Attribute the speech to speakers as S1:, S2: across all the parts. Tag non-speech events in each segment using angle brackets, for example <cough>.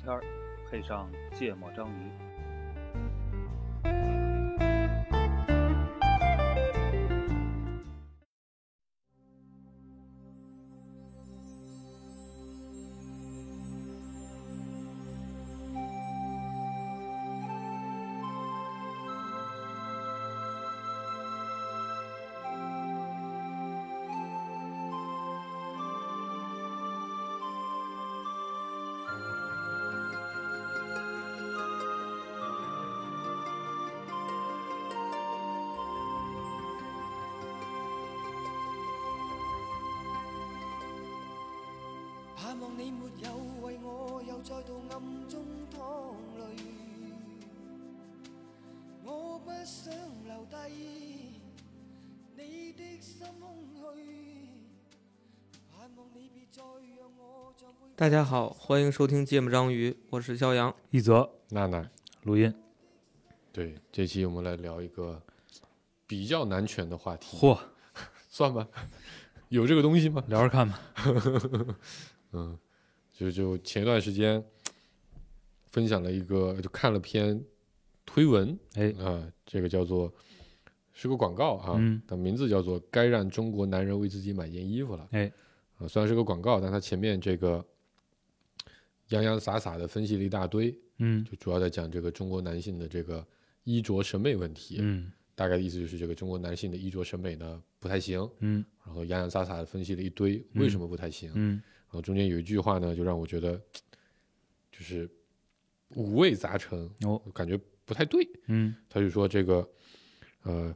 S1: 片儿，配上芥末章鱼。
S2: 盼望你沒有為我又再度暗中淌淚，我不想留低你的心空虛，盼望你別再讓我像會。
S3: 大家好，欢迎收听《芥末章鱼》，我是肖阳。
S4: 一则
S5: 娜娜，
S4: 录音，
S5: 对，这期我们来聊一个比较难选的话题，
S4: 嚯，
S5: 算吧， <laughs> 有这个东西吗？
S4: 聊着看吧。
S5: 嗯，就就前一段时间分享了一个，就看了篇推文
S4: 哎
S5: 啊、，这个叫做是个广告啊，
S4: 嗯
S5: 的名字叫做“该让中国男人为自己买件衣服了”。
S4: 哎，
S5: 啊、虽然是个广告，但它前面这个洋洋洒洒的分析了一大堆，
S4: 嗯
S5: 就主要在讲这个中国男性的这个衣着审美问题。
S4: 嗯
S5: 大概的意思就是，这个中国男性的衣着审美呢不太行，
S4: 嗯
S5: 然后洋洋洒洒的分析了一堆为什么不太行，然
S4: 嗯
S5: 后中间有一句话呢，就让我觉得就是五味杂陈，
S4: 哦
S5: 我感觉不太对。
S4: 嗯
S5: 他就说这个，呃，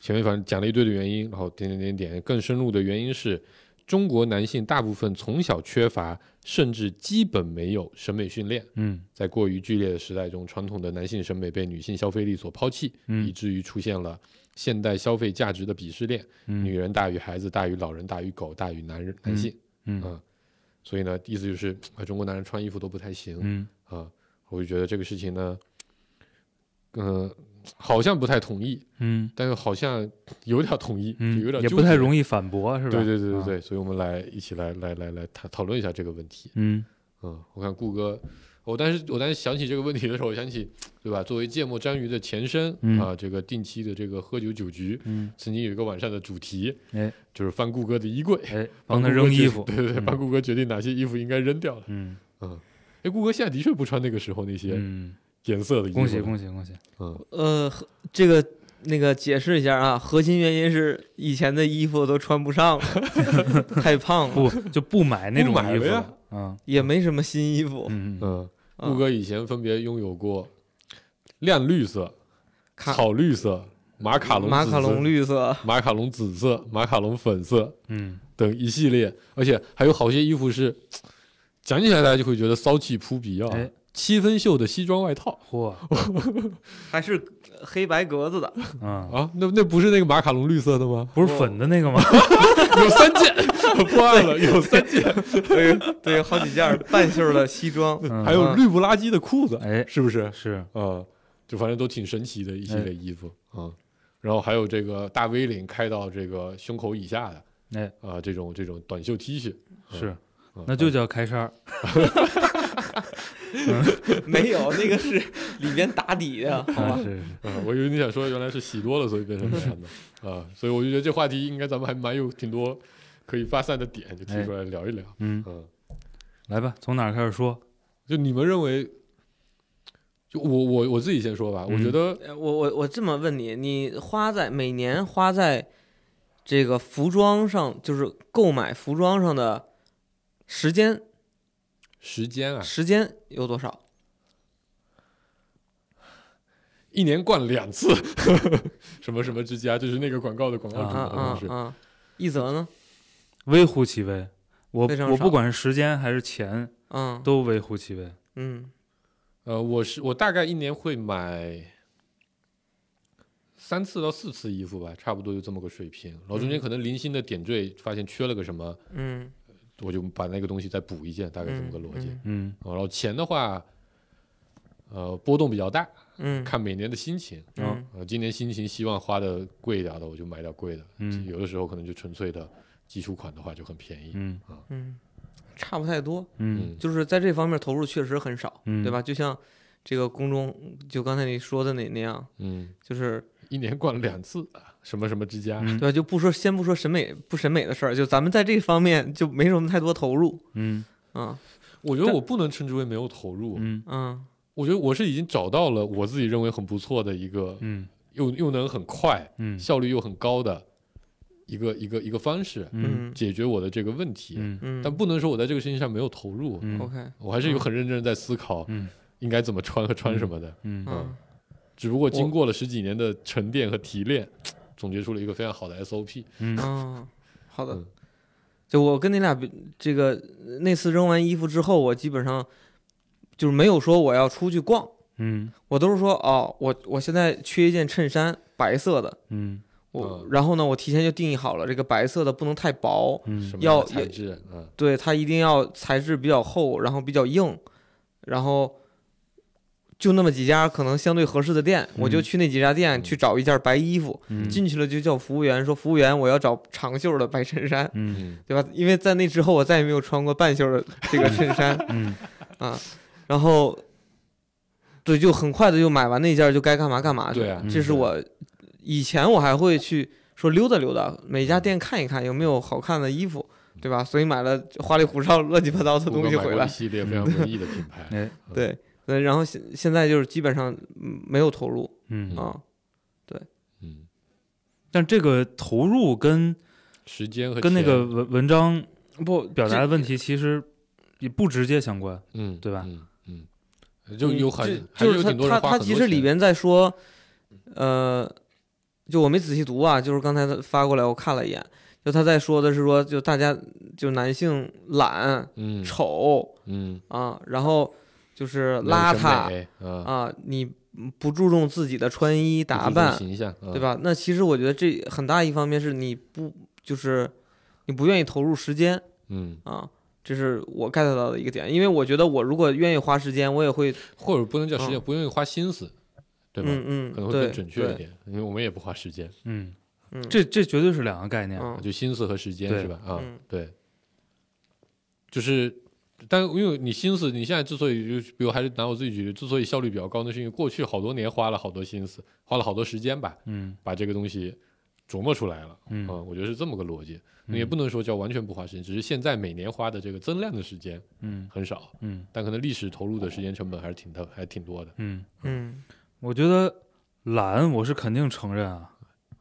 S5: 前面反正讲了一堆的原因，然后点点点点，更深入的原因是中国男性大部分从小缺乏甚至基本没有审美训练，
S4: 嗯
S5: 在过于剧烈的时代中，传统的男性审美被女性消费力所抛弃，
S4: 嗯
S5: 以至于出现了现代消费价值的鄙视链，
S4: 嗯
S5: 女人大于孩子，大于老人，大于狗，大于男人男性。
S4: 嗯
S5: 啊所以呢，意思就是啊中国男人穿衣服都不太行啊、
S4: 嗯
S5: 我就觉得这个事情呢，嗯、好像不太同意，
S4: 嗯
S5: 但又好像有点同意，就有
S4: 嗯，
S5: 点
S4: 也不太容
S5: 易，
S4: 易反驳，是吧？
S5: 对对对对对，
S4: 啊，
S5: 所以我们来一起来来来来讨讨论一下这个问题。
S4: 嗯
S5: 嗯，我看顾哥，我当时我当时想起这个问题的时候，我想起对吧？作为芥末章鱼的前身、
S4: 嗯
S5: 啊，这个定期的这个喝酒酒局，
S4: 嗯，
S5: 曾经有一个晚上的主题 <laughs>
S4: 哎
S5: 就是翻顾哥的衣柜，
S4: 哎，帮他
S5: 顾哥
S4: 扔
S5: 决
S4: 衣服，
S5: <laughs> 对对对，
S4: 嗯
S5: 帮顾哥决定哪些衣服应该扔掉了。
S4: 嗯
S5: 嗯，哎，顾哥现在的确不穿那个时候那些
S4: 嗯，
S5: 颜色的衣服了，
S4: 恭喜恭喜恭喜，
S5: 嗯，
S3: 呃，和这个那个解释一下啊，核心原因是以前的衣服都穿不上了，
S5: <laughs>
S3: 太胖了，
S4: 不就不买那种
S5: 不买
S4: 衣服
S5: 了呀
S4: 了？嗯
S3: 也没什么新衣服。
S4: 嗯嗯
S5: 嗯，
S3: 啊
S5: 顾哥以前分别拥有过亮绿色、
S3: 卡
S5: 草绿色、马卡龙
S3: 马
S5: 紫
S3: 卡龙
S5: 色、
S3: 绿色，
S5: 马卡龙紫色、马卡龙粉色。
S4: 嗯，
S5: 等一系列，而且还有好些衣服是讲起来大家就会觉得骚气扑鼻啊。
S4: 哎
S5: 七分袖的西装外套
S4: 嚯，
S3: 还是黑白格子的，
S4: 嗯，？
S5: 啊，那那不是那个马卡龙绿色的吗
S4: 不是粉的那个
S5: 哦
S4: 吗？
S5: <laughs> 有三件，破案了，有三件，
S3: 对哎 <laughs> 对，好几件半袖的西
S5: <laughs>
S3: 装。
S4: 嗯
S5: 还有绿不拉几的裤子，
S4: 哎
S5: 是不是？啊、
S4: 是，
S5: 就反正都挺神奇的一系列衣服啊、嗯然后还有这个大 V 领开到这个胸口以下的
S4: 哎
S5: 啊、这种这种短袖 T 恤，
S4: 是，
S5: 嗯
S4: 那就叫开衫儿。
S3: 没有，那个是里边打底的，好
S4: 啊
S3: 吧？
S4: 是是，
S5: 啊，我以为你想说原来是洗多了，所以变成这样的啊，所以我就觉得这话题应该咱们还蛮有挺多可以发散的点，就提出来聊一聊。
S4: 嗯，
S5: 嗯，
S4: 来吧，从哪儿开始说？
S5: 就你们认为，就我我我自己先说吧，
S4: 嗯
S5: 我觉得
S3: 呃我我我这么问你，你花在每年花在这个服装上，就是购买服装上的时间
S5: 时间啊，
S3: 时间有多少？
S5: 一年灌两次，什么什么之家，就是那个广告的广告
S3: 啊
S5: 主好
S3: 啊
S5: 像嗯是。
S3: 啊！一泽呢？
S4: 微乎其微。我
S3: 非常
S4: 我
S3: 少
S4: 不管是时间还是钱，
S3: 嗯
S4: 都微乎其微。
S3: 嗯
S5: 呃，我是我大概一年会买三次到四次衣服吧，差不多就这么个水平。然后中间可能零星的点缀，发现缺了个什么。
S3: 嗯，
S5: 我就把那个东西再补一件，大概这么个逻辑。
S3: 嗯
S4: 嗯
S5: 哦然后钱的话，呃，波动比较大，
S3: 嗯
S5: 看每年的心情。
S3: 嗯
S5: 呃，今年心情希望花的贵一点的，我就买点贵的。
S4: 嗯
S5: 有的时候可能就纯粹的基础款的话就很便宜。
S4: 嗯，
S3: 嗯，差不太多，
S4: 嗯
S5: 嗯
S3: 就是在这方面投入确实很少，
S4: 嗯
S3: 对吧？就像这个宫中，就刚才你说的那那样，
S5: 嗯，
S3: 就是
S5: 一年灌了两次什么什么之家，
S4: 嗯
S3: 对吧？就不说先不说审美不审美的事儿，就咱们在这方面就没什么太多投入，
S4: 嗯
S3: 啊
S5: 我觉得
S4: 但
S5: 我不能称之为没有投入，
S4: 嗯
S3: 嗯
S5: 我觉得我是已经找到了我自己认为很不错的一个，
S4: 嗯
S5: 又又能很快、
S4: 嗯
S5: 效率又很高的一个一个一个方式，
S4: 嗯
S5: 解决我的这个问题。
S4: 嗯
S3: 嗯，
S5: 但不能说我在这个事情上没有投入，
S4: 嗯
S3: OK，
S5: 我还是有很认真地在思考
S4: 嗯
S5: 应该怎么穿和穿什么的。
S4: 嗯
S5: 嗯
S3: 嗯
S5: 只不过经过了十几年的沉淀和提炼，总结出了一个非常好的 SOP。
S4: 嗯
S3: 嗯，好的
S5: 嗯。
S3: 就我跟你俩比这个那次扔完衣服之后，我基本上就是没有说我要出去逛，
S4: 嗯
S3: 我都是说哦，我我现在缺一件衬衫，白色的。
S4: 嗯
S3: 我
S5: 嗯
S3: 然后呢，我提前就定义好了，这个白色的不能太薄，
S4: 嗯
S5: 什么样的
S3: 要
S5: 材质？嗯
S3: 对，它一定要材质比较厚，然后比较硬，然后就那么几家可能相对合适的店，我就
S4: 嗯
S3: 去那几家店
S5: 嗯
S3: 去找一件白衣服。
S4: 嗯
S3: 进去了就叫服务员，说服务员我要找长袖的白衬衫，
S4: 嗯 <laughs>
S5: 嗯
S3: 对吧？因为在那之后我再也没有穿过半袖的这个衬衫
S4: 嗯
S3: 啊，然后对，就很快的就买完那件儿就该干嘛干嘛去
S5: 对
S3: 了。
S5: 啊
S3: 这是
S5: 嗯
S3: 我以前我还会去说溜达溜达，每家店看一看有没有好看的衣服，对吧？所以买了花里胡哨、乱七八糟的东
S5: 谷歌
S3: 西
S5: 买过
S3: 回
S5: 一
S3: 来。
S5: 系列非常文艺的
S4: <laughs>
S5: 品牌。
S4: 哎
S3: 对，对，然后现现在就是基本上嗯没有投入
S4: 嗯
S3: 啊。
S5: 嗯，
S4: 但这个投入跟
S5: 时间和
S4: 跟那
S5: 钱
S4: 个文文章
S3: 不
S4: 表达的问题其实也不直接相关。
S5: 嗯，
S4: 对吧
S5: 嗯嗯，就有很
S3: 嗯
S5: 还
S3: 就是是
S5: 有
S3: 他
S5: 挺多
S3: 他
S5: 人花
S3: 他
S5: 很多
S3: 其实里
S5: 钱
S3: 边在说，呃，就我没仔细读啊，就是刚才他发过来我看了一眼，就他在说的是说，就大家就男性懒、
S5: 嗯
S3: 丑
S5: 嗯
S3: 啊，然后就是
S5: 没有
S3: 邋
S5: 审
S3: 遢
S5: 美啊
S3: 啊，你不注重自己的穿衣
S5: 不
S3: 打
S5: 注重
S3: 扮，
S5: 形象啊
S3: 对？吧？那其实我觉得这很大一方面是你不就是你不愿意投入时间
S5: 嗯，
S3: 啊。这是我 get 到的一个点，因为我觉得我如果愿意花时间，我也会，
S5: 或者不能叫时间，
S3: 嗯
S5: 不愿意花心思，对吧？
S3: 嗯嗯，
S5: 可能会
S3: 对
S5: 更准确
S3: 对
S5: 一点，因为我们也不花时间，
S4: 嗯
S3: 嗯，
S4: 这这绝对是两个概念。
S3: 嗯
S5: 就心思和时间
S4: 对
S5: 是吧？啊
S3: 嗯，
S5: 对，就是。但因为你心思，你现在之所以就比如还是拿我自己举例，之所以效率比较高，那是因为过去好多年花了好多心思，花了好多时间吧，
S4: 嗯
S5: 把这个东西琢磨出来了。
S4: 嗯
S5: 啊我觉得是这么个逻辑。你也不能说叫完全不花时间，只是现在每年花的这个增量的时间
S4: 嗯
S5: 很少，
S4: 嗯
S5: 但可能历史投入的时间成本还是挺的，还挺多的。
S4: 嗯，
S3: 嗯
S4: 我觉得懒我是肯定承认啊，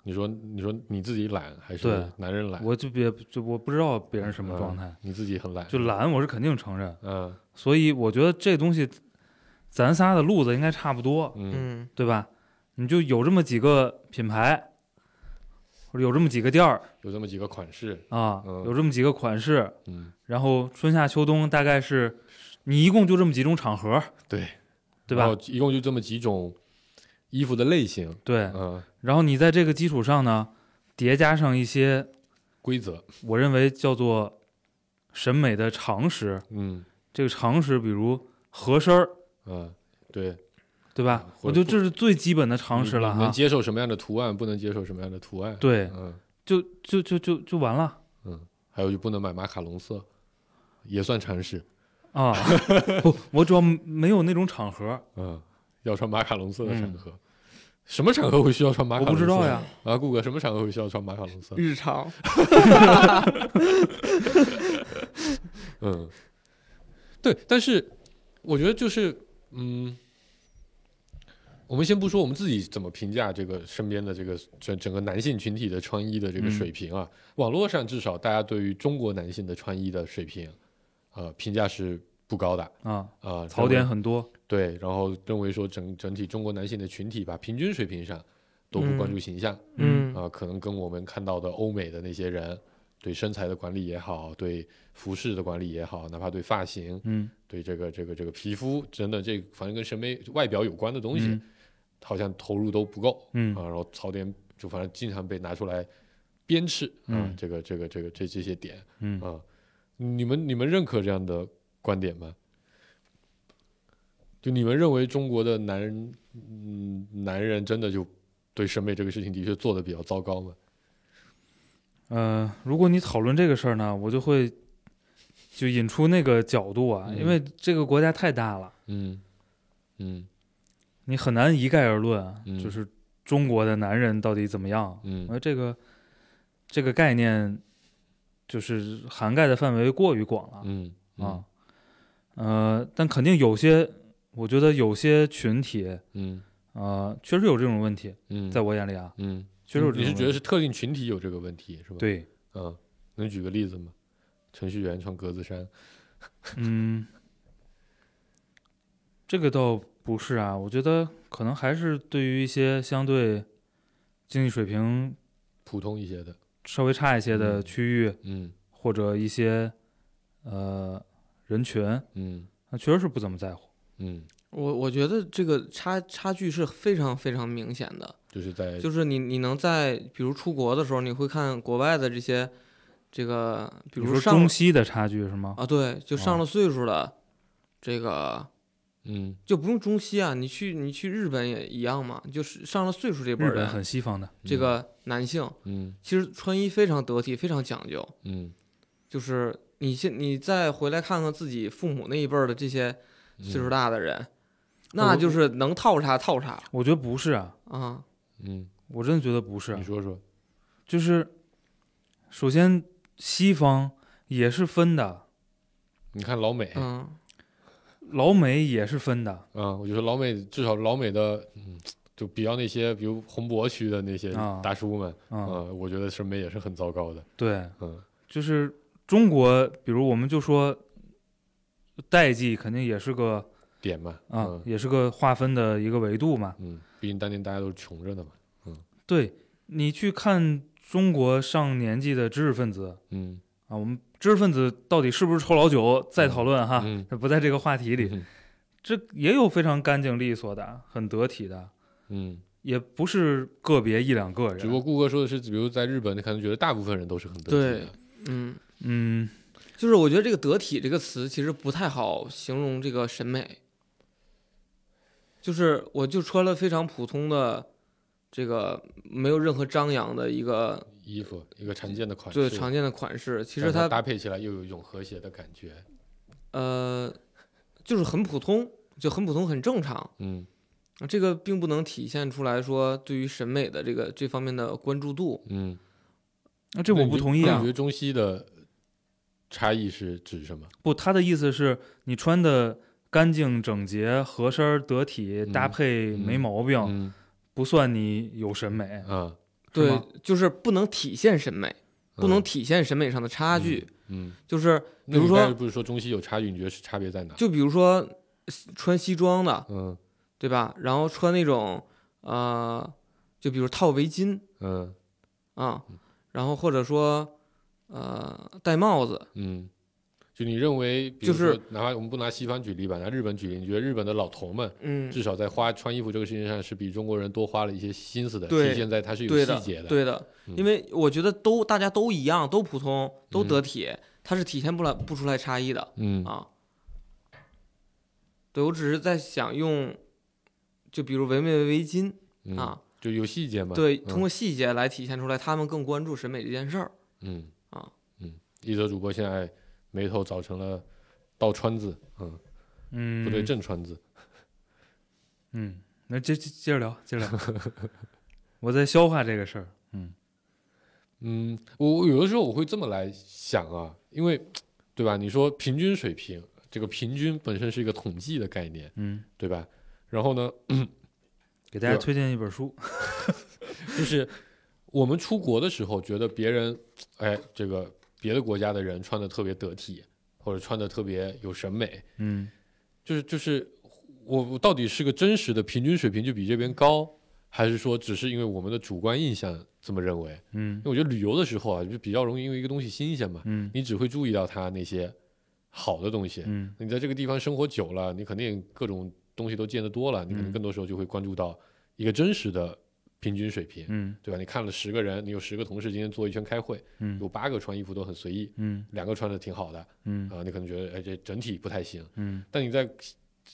S5: 你说，你说你自己懒还是
S4: 对
S5: 男人懒？
S4: 我就别就我不知道别人什么状态
S5: 哎嗯，你自己很懒，
S4: 就懒我是肯定承认。
S5: 嗯
S4: 所以我觉得这东西，咱仨的路子应该差不多，
S5: 嗯
S3: 嗯
S4: 对吧？你就有这么几个品牌，或者有这么几个店儿
S5: 有这么几个款式，
S4: 啊，
S5: 嗯
S4: 有这么几个款式，
S5: 嗯，
S4: 然后春夏秋冬大概是你一共就这么几种场合，
S5: 对
S4: 对
S5: 然
S4: 吧
S5: 后？一共就这么几种衣服的类型，
S4: 对，
S5: 嗯，
S4: 然后你在这个基础上呢，叠加上一些
S5: 规则，
S4: 我认为叫做审美的常识，
S5: 嗯
S4: 这个常识比如合身儿，
S5: 嗯，对，
S4: 对吧？
S5: 啊或
S4: 我觉
S5: 者
S4: 得这是最基本的常识了
S5: 你你能
S4: 哈。
S5: 接受什么样的图案，不能接受什么样的图案，，
S4: 对，
S5: 嗯
S4: 就就就就就完了
S5: 嗯，还有就不能买马卡龙色，也算常识， <laughs>
S4: 啊！不，我主要没有那种场合，
S5: 嗯，要穿马卡龙色的场
S4: 嗯
S5: 合，什么场合会需要穿马
S4: 我
S5: 卡龙色？
S4: 不知道呀。嗯
S5: 啊，顾哥，什么场合会需要穿马卡龙色？
S3: 日常，
S5: 嗯，对，但是我觉得就是，嗯，我们先不说我们自己怎么评价这个身边的这个整整个男性群体的穿衣的这个
S4: 嗯
S5: 水平啊，网络上至少大家对于中国男性的穿衣的水平，呃，评价是不高的
S4: 啊，
S5: 啊，
S4: 槽
S5: 认为
S4: 点很多。
S5: 对，然后认为说整整体中国男性的群体吧，平均水平上都不关注形象。
S3: 嗯
S5: 啊，可能跟我们看到的欧美的那些人对身材的管理也好，对服饰的管理也好，哪怕对发型、
S4: 嗯，
S5: 对这个这个这个皮肤等等，这反正跟审美外表有关的东西，
S4: 嗯
S5: 好像投入都不够、
S4: 嗯
S5: 啊。然后槽点就反正经常被拿出来鞭笞啊，
S4: 嗯
S5: 这个这个这个这这些点
S4: 嗯，
S5: 啊，你们你们认可这样的观点吗？就你们认为中国的男人，嗯，男人真的就对审美这个事情的确做的比较糟糕吗？
S4: 嗯呃，如果你讨论这个事儿呢，我就会就引出那个角度啊，
S5: 嗯
S4: 因为这个国家太大了，
S5: 嗯嗯
S4: 你很难一概而论啊，
S5: 嗯
S4: 就是中国的男人到底怎么样？我觉
S5: 嗯
S4: 得这个这个概念就是涵盖的范围过于广了、
S5: 嗯
S4: 啊，呃，但肯定有些，我觉得有些群体，
S5: 嗯
S4: 呃，确实有这种问题，
S5: 嗯，
S4: 在我眼里啊，
S5: 嗯，
S4: 确实有这种
S5: 你是
S4: 问题。
S5: 觉得是特定群体有这个问题是吧？，
S4: 对，
S5: 嗯，能举个例子吗？程序员穿格子衫，
S4: 嗯，这个倒不是啊，我觉得可能还是对于一些相对经济水平
S5: 普通一些的，
S4: 稍微差一些的
S5: 嗯
S4: 区域，
S5: 嗯
S4: 或者一些呃人群，
S5: 嗯
S4: 那确实是不怎么在乎。
S5: 嗯，
S3: 我我觉得这个差差距是非常非常明显的，
S5: 就是在
S3: 就是你你能在比如出国的时候，你会看国外的这些这个，比
S4: 比
S3: 如
S4: 说
S3: 上
S4: 中西的差距是吗？
S3: 啊，对，就上了岁数的，这个
S5: 嗯
S3: 就不用中西啊，你去你去日本也一样嘛，就是上了岁数这波
S4: 日本
S3: 人，
S4: 很西方的，
S3: 这个男性
S5: 嗯
S3: 其实穿衣非常得体，非常讲究，
S5: 嗯，
S3: 就是你现你再回来看看自己父母那一辈儿的这些岁数
S5: 大，
S3: 大的人，那就是能套啥套啥
S4: 我觉得不是啊，
S3: 啊，
S5: 嗯，
S4: 我真的觉得不是啊、
S5: 你说说，
S4: 就是首先西方也是分的，
S5: 你看老美
S3: 嗯。
S4: 老美也是分的，
S5: 啊，我就说老美至少老美的，嗯，就比较那些比如红脖区的那些
S4: 啊
S5: 大叔们，
S4: 嗯，
S5: 啊，我觉得审美也是很糟糕的，
S4: 对，
S5: 嗯
S4: 就是中国，比如我们就说代际肯定也是个
S5: 点嘛，
S4: 啊、
S5: 嗯
S4: 也是个划分的一个维度嘛。
S5: 嗯，毕竟当年大家都是穷着的嘛，
S4: 对你去看中国上年纪的知识分子
S5: 嗯
S4: 啊，我们知识分子到底是不是臭老九，再讨论哈，
S5: 嗯
S4: 这不在这个话题里。
S5: 嗯
S4: 这也有非常干净利索的，很得体的，
S5: 嗯，
S4: 也不是个别一两
S3: 啊
S4: 个人。
S5: 只不过顾哥说的是，比如在日本，你可能觉得大部分人都是很得体的，
S3: 嗯，
S4: 嗯，
S3: 就是我觉得这个“得体”这个词其实不太好形容这个审美，就是我就穿了非常普通的，这个没有任何张扬的一个
S5: 衣服一个常见的款
S3: 最
S5: 式，
S3: 常见的款式，其实
S5: 但它
S3: 它
S5: 搭配起来又有一种和谐的感觉，
S3: 呃就是很普通，就很普通，很正常。
S5: 嗯
S3: 这个并不能体现出来说对于审美的这个这方面的关注度。
S5: 嗯，
S4: 那这我不同意
S5: 那你
S4: 啊
S5: 觉得。中西的差异是指什么？
S4: 不，他的意思是你穿的干净整洁、合身儿得体，
S5: 嗯
S4: 搭配没
S5: 嗯
S4: 毛病，
S5: 嗯
S4: 不算你有审
S3: 嗯
S4: 美。
S5: 啊，
S4: 是
S3: 对
S4: 吗，
S3: 就是不能体现审美，不能体现审美上的差距。
S5: 嗯嗯，嗯，
S3: 就是比
S5: 那
S3: 如
S5: 你
S3: 说
S5: 刚才不是说中西有差距，你觉得是差别在哪？
S3: 就比如说西穿西装的，
S5: 嗯
S3: 对吧？然后穿那种呃，就比如套围巾
S5: 嗯
S3: 啊，然后或者说呃戴帽子，
S5: 嗯，就你认为，比
S3: 就
S5: 如
S3: 是
S5: 说哪怕我们不拿西方举例吧，拿日本举例，你觉得日本的老头们
S3: 嗯，
S5: 至少在花穿衣服这个事情上是比中国人多花了一些心思的，
S3: 对
S5: 体现在它是有
S3: 对
S5: 细
S3: 的
S5: 节，
S3: 对的，因为我觉得都大家都一样，都普通，都得体，它是体现不来不出来差异的
S5: 嗯
S3: 啊。对我只是在想用，就比如围没围围巾
S5: 嗯
S3: 啊，
S5: 就有细节嘛，
S3: 对，
S5: 嗯
S3: 通过细节来体现出来他们更关注审美这件事儿。
S5: 嗯
S3: 啊
S5: 嗯，一则主播现在眉头早成了倒川字，嗯，
S4: 嗯，
S5: 不对，正川字，
S4: 嗯，那接接接着聊，接着聊。
S5: <laughs>
S4: 我在消化这个事儿。嗯
S5: 嗯，我我有的时候我会这么来想啊，因为对吧？你说平均水平，这个平均本身是一个统计的概念，
S4: 嗯，
S5: 对吧？然后呢，
S4: 给大家
S5: 对啊
S4: 推荐一本书。
S5: 就是我们出国的时候，觉得别人，哎，这个别的国家的人穿的特别得体，或者穿的特别有审美，
S4: 嗯
S5: 就是就是我我到底是个真实的平均水平就比这边高，还是说只是因为我们的主观印象这么认为？
S4: 嗯
S5: 因为我觉得旅游的时候啊，就比较容易因为一个东西新鲜嘛，
S4: 嗯
S5: 你只会注意到它那些好的东西。
S4: 嗯
S5: 你在这个地方生活久了，你肯定各种东西都见得多了，你可能
S4: 嗯
S5: 更多时候就会关注到一个真实的平均水平，
S4: 嗯
S5: 对吧？你看了十个人，你有十个同事今天坐一圈开会，
S4: 嗯
S5: 有八个穿衣服都很随意，
S4: 嗯
S5: 两个穿的挺好的
S4: 嗯
S5: 啊，你可能觉得哎这整体不太行。
S4: 嗯
S5: 但你在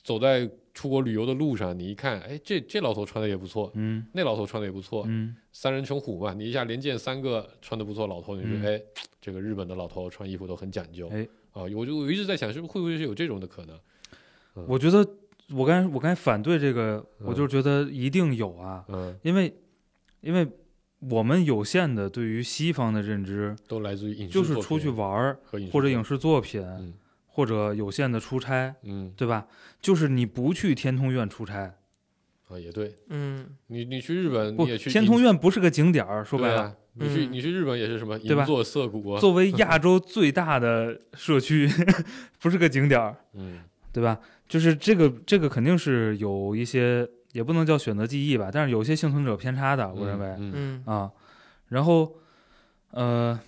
S5: 走在出国旅游的路上，你一看，哎这这老头穿的也不错，
S4: 嗯
S5: 那老头穿的也不错，
S4: 嗯
S5: 三人成虎嘛，你一下连见三个穿的不错的老头，你说、
S4: 嗯
S5: 哎，这个日本的老头穿衣服都很讲究，
S4: 哎
S5: 啊、我就我一直在想，是不是会不会是有这种的可能？
S4: 我觉得我刚才我刚才反对这个，我
S5: 嗯
S4: 就是觉得一定有啊，
S5: 嗯，
S4: 因为因为我们有限的对于西方的认知，
S5: 都来自于影视
S4: 就是
S5: 作
S4: 出去
S5: 品
S4: 玩儿
S5: 和影视
S4: 或者
S5: 作
S4: 影视作品，
S5: 嗯
S4: 或者有限的出差，
S5: 嗯
S4: 对吧？就是你不去天通苑出差，
S5: 啊也对，
S3: 嗯
S5: 你你去日本
S4: 不，
S5: 你也去
S4: 天
S5: 银
S4: 通苑不是个景点儿，说白
S5: 对
S4: 了，
S5: 啊，你去
S3: 嗯
S5: 你去日本也是什么
S4: 对吧
S5: 银座涩谷啊，
S4: 作
S5: <laughs>
S4: 为亚洲最大的社区，不是个景点儿，
S5: 嗯
S4: 对吧？就是这个这个肯定是有一些，也不能叫选择记忆吧，但是有一些幸存者偏差的，我认为、
S3: 嗯
S5: 嗯
S4: 啊。然后，呃，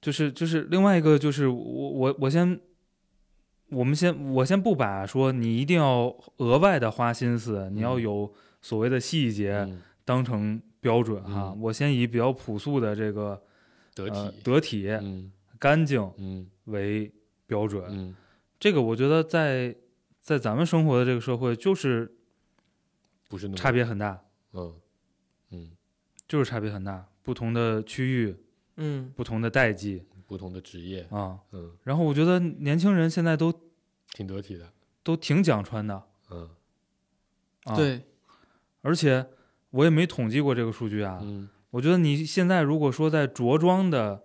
S4: 就是就是另外一个就是我我我先。我们先，我先不把说你一定要额外的花心思，你要
S5: 嗯
S4: 有所谓的细节、
S5: 嗯
S4: 当成标准哈、
S5: 嗯
S4: 我先以比较朴素的这个
S5: 得
S4: 呃
S5: 体
S4: 得体、
S5: 嗯
S4: 干净
S5: 嗯
S4: 为标准。
S5: 嗯
S4: 这个我觉得在在咱们生活的这个社会，就是
S5: 不是那么
S4: 差别很大，
S5: 嗯嗯
S4: 就是差别很大。不同的区域，
S3: 嗯
S4: 不同的代际
S5: 不同的职业
S4: 啊。
S5: 嗯
S4: 然后我觉得年轻人现在都
S5: 挺得体的
S4: 都挺讲穿的
S5: 嗯
S4: 啊。，
S3: 对，
S4: 而且我也没统计过这个数据啊。
S5: 嗯
S4: 我觉得你现在如果说在着装的，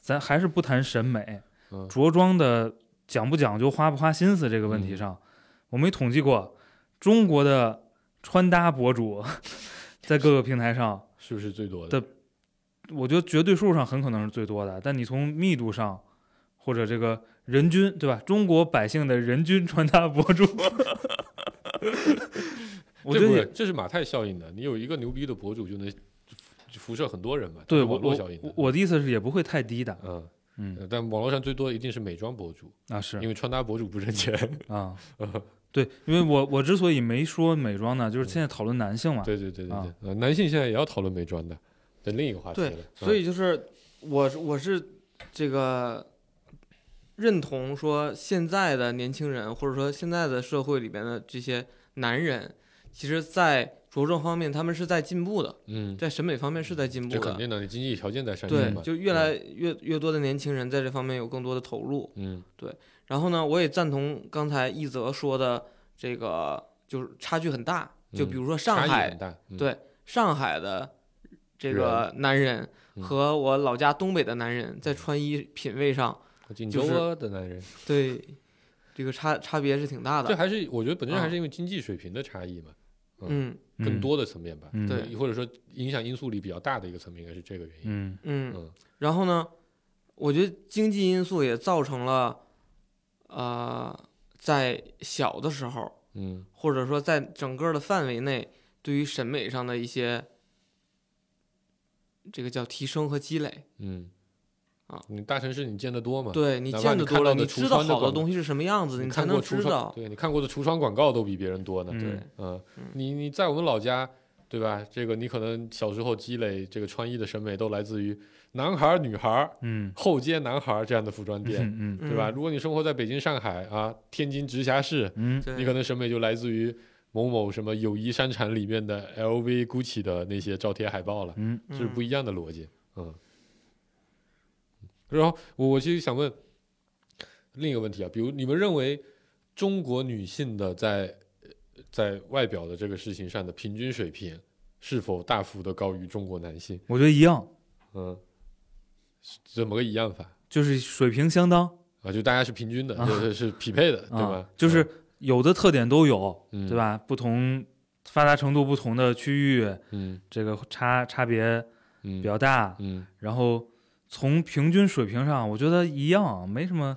S4: 咱还是不谈审美，
S5: 嗯
S4: 着装的讲不讲究、花不花心思这个问题上，
S5: 嗯
S4: 我没统计过中国的穿搭博主 <laughs> 在各个平台上，
S5: 是不是最多
S4: 对
S5: 的
S4: 我觉得绝对数上很可能是最多的。但你从密度上，或者这个人均，对吧？中国百姓的人均穿搭博
S5: <laughs>
S4: 主，我觉
S5: 这
S4: 得
S5: 不
S4: 也
S5: 是这是马太效应的，你有一个牛逼的博主就能辐射很多人嘛，
S4: 对
S5: 这是
S4: 我
S5: 网络
S4: 我
S5: 效应的
S4: 我我的意思是也不会太低的，
S5: 嗯。
S4: 嗯，
S5: 呃但网络上最多的一定是美妆博主，
S4: 啊是
S5: 因为穿搭博主不挣钱。
S4: 啊，对，因为我我之所以没说美妆呢，就是现在讨论男性嘛，
S5: <laughs> 嗯对对对对对
S4: 啊，
S5: 呃男性现在也要讨论美妆的，这另一个话题了。
S3: 对
S5: 嗯，
S3: 所以就是我是我是这个认同说现在的年轻人或者说现在的社会里边的这些男人，其实，在着装方面他们是在进步的，
S5: 嗯，
S3: 在审美方面是在进步
S5: 这肯
S3: 的。
S5: 定的，你经济条件在上
S3: 对
S5: 升嘛，，
S3: 就越来越越多的年轻人在这方面有更多的投入。
S5: 嗯
S3: 然后呢，我也赞同刚才一泽说的这个，就是差距很大。就比如说上
S5: 嗯差异
S3: 海
S5: 很大，嗯
S3: 对上海的这个男人
S5: 嗯
S3: 和我老家东北的男人在穿衣品味上，
S5: 锦
S3: 就
S5: 州
S3: 是
S5: 啊的男人，
S3: 对这个差差别是挺大
S5: 这
S3: 的。
S5: 还是我觉得本质上还
S3: 啊
S5: 是因为经济水平的差异嘛，
S3: 嗯
S4: 嗯
S5: 更，多的层面吧，
S4: 嗯
S3: 对
S5: 或者说影响因素里比较大的一个层面应该是这个原因。
S4: 嗯
S3: 嗯，
S5: 嗯
S3: 然后呢，我觉得经济因素也造成了，呃，在小的时候，
S5: 嗯
S3: 或者说在整个的范围内，对于审美上的一些这个叫提升和积累。
S5: 嗯，
S3: 啊
S5: 你大城市你见得多嘛？
S3: 对你
S5: 嗯哪怕
S3: 见
S5: 你
S3: 得
S5: 看
S3: 多了，
S5: 到的
S3: 你
S5: 橱
S3: 知道
S5: 窗的
S3: 好的
S5: 广
S3: 东西是什么样子，
S5: 你
S3: 你才
S5: 看过
S3: 能
S5: 橱
S3: 知
S5: 窗，
S3: 道。
S5: 对你看过的橱窗广告都比别人多呢。
S4: 嗯
S3: 对，
S5: 嗯
S3: 嗯，
S5: 你你在我们老家，对吧？这个你可能小时候积累这个穿衣的审美都来自于男孩儿、女孩儿、
S4: 嗯
S5: 后街男孩儿这样的服装
S4: 嗯
S5: 店，
S4: 嗯
S5: 对吧？如果你生活在北京、上海啊、天津直辖市，
S4: 嗯
S3: 对
S5: 你可能审美就来自于某某什么友谊商场里面的 LV、GUCCI 的那些照贴海报了，
S4: 嗯
S5: 这是不
S3: 嗯
S5: 一样的逻辑。嗯。
S4: 嗯
S5: 然后我我其实想问另一个问题啊，比如你们认为中国女性的在呃在外表的这个事情上的平均水平是否大幅的高于中国男性？
S4: 我觉得一样，
S5: 嗯，是怎么个一样法
S4: 就是水平相当。
S5: 啊？就大家是平均
S4: <laughs>
S5: 的，
S4: 啊
S5: 就是是匹配的，对吧
S4: 啊？？就是有的特点都有，
S5: 嗯，
S4: 对？吧？不同发达程度不同的区域，
S5: 嗯
S4: 这个差差别
S5: 嗯
S4: 比较大。
S5: 嗯
S4: 然后从平均水平上，我觉得一样，没什么。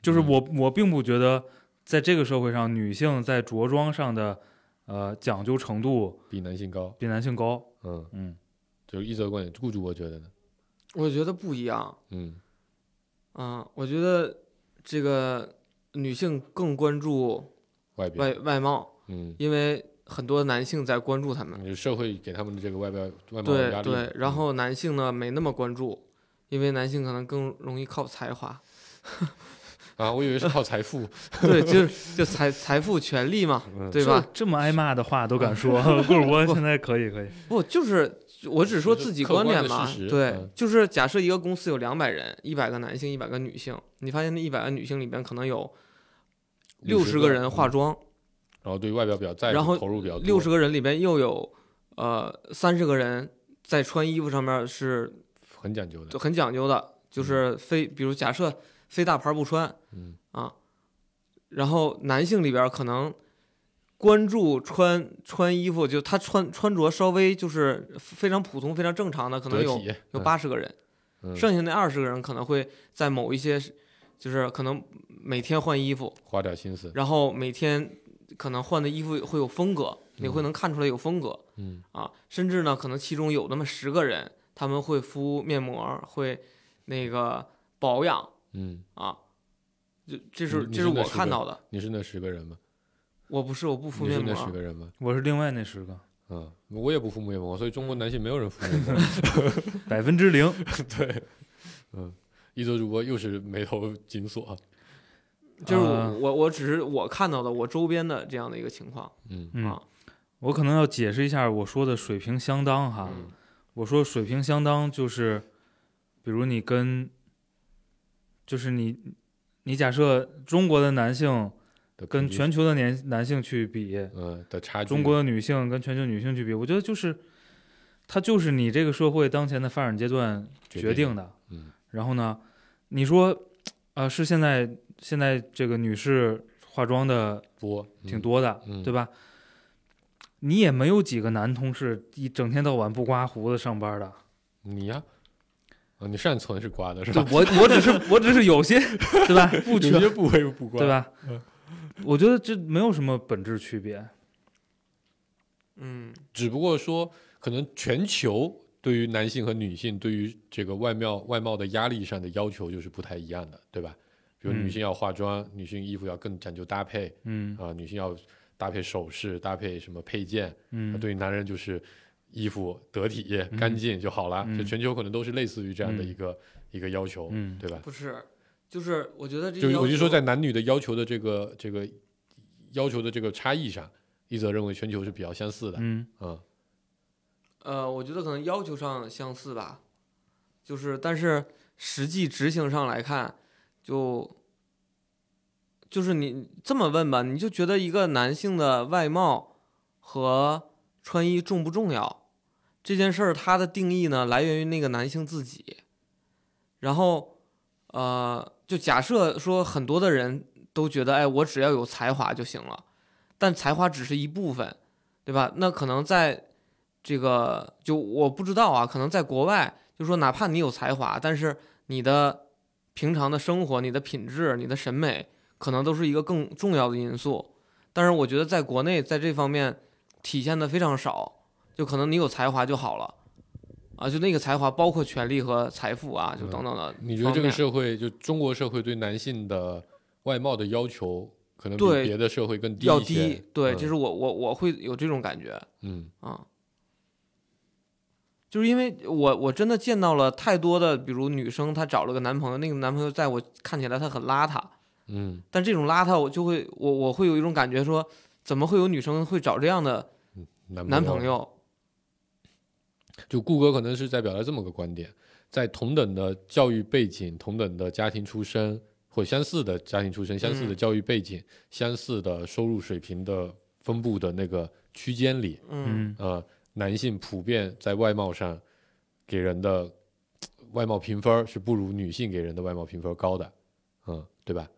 S4: 就是我我并不觉得在这个社会上，女性在着装上的呃讲究程度
S5: 比男性高，
S4: 比男性高。
S5: 嗯，
S4: 嗯
S5: 就是一则观点，雇主我觉得呢，
S3: 我觉得不一样
S5: 嗯
S3: 啊，我觉得这个女性更关注
S5: 外表，
S3: 外外貌，
S5: 嗯，
S3: 因为很多男性在关注他们。
S5: 就社会给他们的这个外表外貌的压
S3: 对
S5: 力，
S3: 对，然
S5: 嗯
S3: 后男
S5: <laughs>
S3: 性呢没那么关注，因为男性可能更容易靠才华。
S5: 啊，我以为是靠财富。
S3: 对，就是就财财富、权利嘛，
S5: 嗯
S3: 对吧
S4: 这？这么挨骂的话都敢说，顾主播现在可以可以。
S3: 不，就是我只说自己观点嘛
S5: 就是客观的事。实
S3: 对
S5: 嗯，
S3: 就是假设一个公司有两百人，一百个男性，一百个女性，你发现那一百个女性里边可能有六十
S5: 60
S3: 个
S5: 个
S3: 人化妆，
S5: 然后对外表比较在
S3: 然后
S5: 乎，投入比较多。
S3: 六十个人里边又有呃三十个人在穿衣服上面是
S5: 很讲究的，
S3: 很讲究的，就是非比如假设非大牌不穿，啊
S5: 嗯，
S3: 然后男性里边儿可能关注穿穿衣服，就他穿穿着稍微就是非常普通、非常正常的，可能
S5: 得
S3: 有
S5: 体
S3: 有
S5: 嗯
S3: 八十个人，
S5: 嗯
S3: 剩下那二十个人可能会在某一些就是可能每天换衣服，
S5: 花点心思，
S3: 然后每天可能换的衣服会有风格，你会
S5: 嗯
S3: 能看出来有风格。
S5: 嗯，
S3: 啊，甚至呢，可能其中有那么十个人，他们会敷面膜，会那个保养
S5: 嗯，
S3: 啊，这这是
S5: 你你
S3: 这
S5: 是那
S3: 我
S5: 十个
S3: 看到的。
S5: 你是那十个人吗？
S3: 我不是，我不敷
S5: 你是
S3: 面啊
S5: 那十
S3: 膜，
S5: 个人吗？
S4: 我是另外那十个，
S5: 嗯，我也不敷面膜，所以中国男性没有人敷面
S3: <laughs>
S5: 膜。
S4: 百分之零。
S5: 对，嗯，一周主播又是眉头紧锁，
S3: 就是
S4: 啊
S3: 我我我只是我看到的我周边的这样的一个情况
S5: 嗯
S4: 嗯
S3: 啊，，
S4: 我可能要解释一下我说的水平相当哈。
S3: 嗯
S4: 我说水平相当就是，比如你跟，就是你，你假设中国的男性
S5: 的
S4: 跟
S5: 平均
S4: 全球的年男性去比，
S5: 嗯的差距，
S4: 中国的女性跟全球女性去比，我觉得就是，它就是你这个社会当前的发展阶段决
S5: 决
S4: 定
S5: 定
S4: 的。
S5: 嗯
S4: 然后呢，你说，啊、是现在现在这个女士化妆的
S5: 播
S4: 挺，多的，
S5: 嗯
S4: 对吧？你也没有几个男同事一整天到晚不刮胡子上班的。
S5: 嗯你呀，啊，你善存是刮的是
S4: 对
S5: 吧？
S4: 我我只是我只是有些，对
S5: <laughs>
S4: 吧？不
S5: 有
S4: 缺，
S5: 些部位不刮，嗯
S4: 对？吧？我觉得这没有什么本质区别。
S3: 嗯，
S5: 只不过说，可能全球对于男性和女性对于这个外貌外貌的压力上的要求就是不太一样的，对吧？比如
S4: 嗯
S5: 女性要化妆，女性衣服要更讲究搭配
S4: 嗯
S5: 啊、女性要搭配首饰、搭配什么配件。那
S4: 嗯，
S5: 啊对于男人就是衣服得体、干净就好了。
S4: 嗯
S5: 就全球可能都是类似于这样的一个、一个要求，
S4: 嗯
S5: 对吧？
S3: 不是，就是我觉得这
S5: 就
S3: 要
S5: 我就
S3: 求
S5: 说，在男女的要求的这个这个要求的这个差异上，一则认为全球是比较相似的，
S4: 嗯
S5: 嗯
S3: 呃，我觉得可能要求上相似吧，就是但是实际执行上来看，就就是你这么问吧，你就觉得一个男性的外貌和穿衣重不重要这件事儿，它的定义呢来源于那个男性自己。然后，呃，就假设说很多的人都觉得，哎，我只要有才华就行了，但才华只是一部分，对吧？那可能在这个就我不知道啊，可能在国外，就说哪怕你有才华，但是你的平常的生活、你的品质、你的审美，可能都是一个更重要的因素。但是我觉得在国内，在这方面体现的非常少，就可能你有才华就好了，啊，就那个才华包括权力和财富啊，就等等的方面、
S5: 嗯你觉得这个社会，就中国社会对男性的外貌的要求，可能比
S3: 对
S5: 别的社会更低
S3: 要
S5: 一
S3: 低
S5: 些？？
S3: 对，
S5: 嗯
S3: 就是我我我会有这种感觉。
S5: 嗯
S3: 啊、就是因为我我真的见到了太多的，比如女生她找了个男朋友，那个男朋友在我看起来他很邋遢，
S5: 嗯，
S3: 但这种邋遢我就会我我会有一种感觉说，怎么会有女生会找这样的
S5: 男
S3: 男
S5: 朋
S3: 朋友？
S5: 就顾哥可能是在表达这么个观点，在同等的教育背景、同等的家庭出身或相似的家庭出身、相似的
S3: 嗯
S5: 教育背景、相似的收入水平的分布的那个区间里，
S3: 嗯
S4: 嗯
S5: 呃，男性普遍在外貌上给人的外貌评分儿是不如女性给人的外貌评分儿高的，嗯，对吧？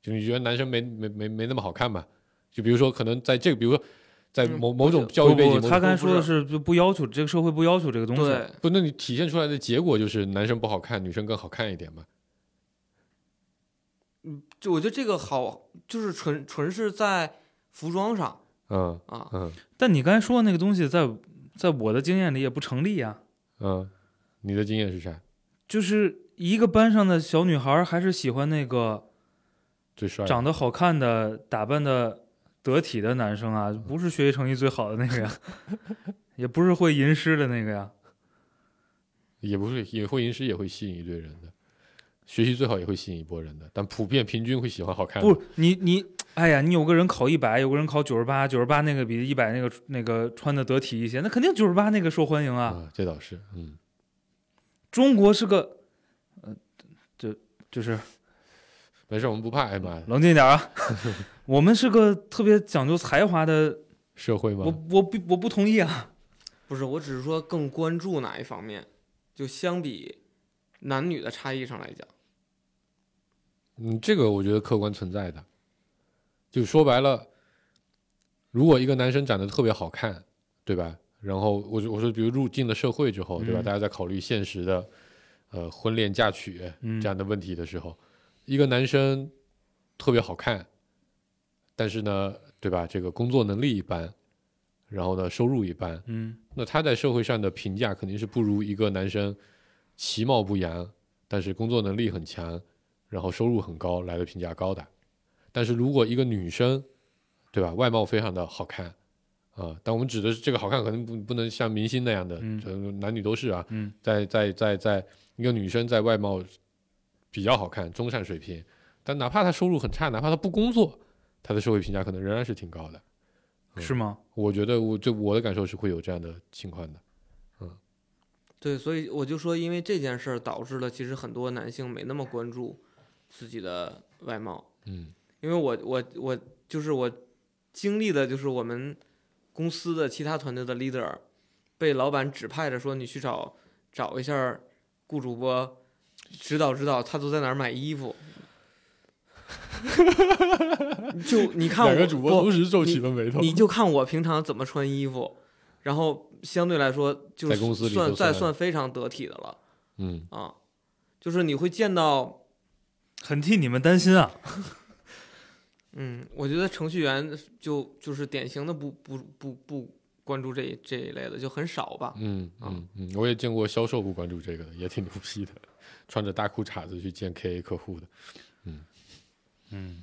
S5: 就你觉得男生没没没没那么好看嘛？就比如说，可能在这个，比如说在
S3: 嗯
S5: 某
S3: 不
S5: 某
S3: 是
S5: 种教育
S4: 不
S5: 背景
S4: 不，
S5: 某种，
S4: 他刚才
S3: 不
S4: 说的
S3: 是
S4: 是就不要求这个社会不要求这个
S5: 嗯
S4: 东西。
S3: 对，
S5: 不，那你体现出来的结果就是男生不好看，女生更好看一点嘛？
S3: 就我觉得这个好，就是纯纯是在服装上
S5: 嗯
S3: 啊，
S5: 嗯
S4: 但你刚才说的那个东西在，在我的经验里也不成立呀。
S5: 嗯，你的经验是啥？
S4: 就是一个班上的小女孩儿还是喜欢那个
S5: 最帅的
S4: 长得好看的、打扮的得体的男生啊，不是学习成绩最好的那个呀， <laughs> 也不是会吟诗的那个呀。
S5: 也不是也会吟诗，也会吸引一堆人的。学习最好也会吸引一波人的，但普遍平均会喜欢好看的。
S4: 不，你你，哎呀，你有个人考一百，有个人考九十八，九十八那个比一百那个那个穿的得体一些，那肯定九十八那个受欢迎啊。
S5: 啊，这倒是，嗯，
S4: 中国是个，呃，就就是
S5: 没事，我们不怕挨骂的。
S4: 冷静一点
S5: <laughs>
S4: 啊，我们是个特别讲究才华的，
S5: 社会嘛，
S4: 我我不我不同意啊。
S3: 不是，我只是说更关注哪一方面，就相比男女的差异上来讲，
S5: 嗯，这个我觉得客观存在的，就说白了，如果一个男生长得特别好看，对吧？然后我就我说，比如入进了社会之后，对吧？
S4: 嗯
S5: 大家在考虑现实的，呃，婚恋嫁娶
S4: 嗯
S5: 这样的问题的时候，一个男生特别好看，但是呢，对吧？这个工作能力一般，然后呢，收入一般，
S4: 嗯
S5: 那他在社会上的评价肯定是不如一个男生其貌不扬，但是工作能力很强，然后收入很高来的评价高的。但是如果一个女生，对吧，外貌非常的好看，啊、但我们指的是这个好看，可能不不能像明星那样的，
S4: 嗯
S5: 这男女都是啊，
S4: 嗯
S5: 在在在在一个女生在外貌比较好看，中上水平，但哪怕她收入很差，哪怕她不工作，她的社会评价可能仍然是挺高的。嗯
S4: 是吗？
S5: 我觉得我就我的感受是会有这样的情况的。
S3: 对，所以我就说，因为这件事儿导致了其实很多男性没那么关注自己的外貌，
S5: 嗯，
S3: 因为我我我就是我经历的就是我们公司的其他团队的 leader 被老板指派着说你去找找一下顾主播指导指导他都在哪儿买衣服，就你看我
S5: 两个主播
S3: 不
S5: 同时皱起了眉头。
S3: 你就看我平常怎么穿衣服，然后相对来说就
S5: 在
S3: 是
S5: 公司里
S3: 算
S5: 都算
S3: 再算非常得体的了
S5: 嗯，
S3: 啊，就是你会见到，
S4: 很替你们担心啊。
S3: 嗯，我觉得程序员就就是典型的不不不不关注这一这一类的就很少吧，
S5: 嗯
S3: 啊
S5: 嗯嗯，我也见过销售不关注这个的，也挺牛逼的，穿着大裤衩子去见 KA 客户的，
S4: 嗯，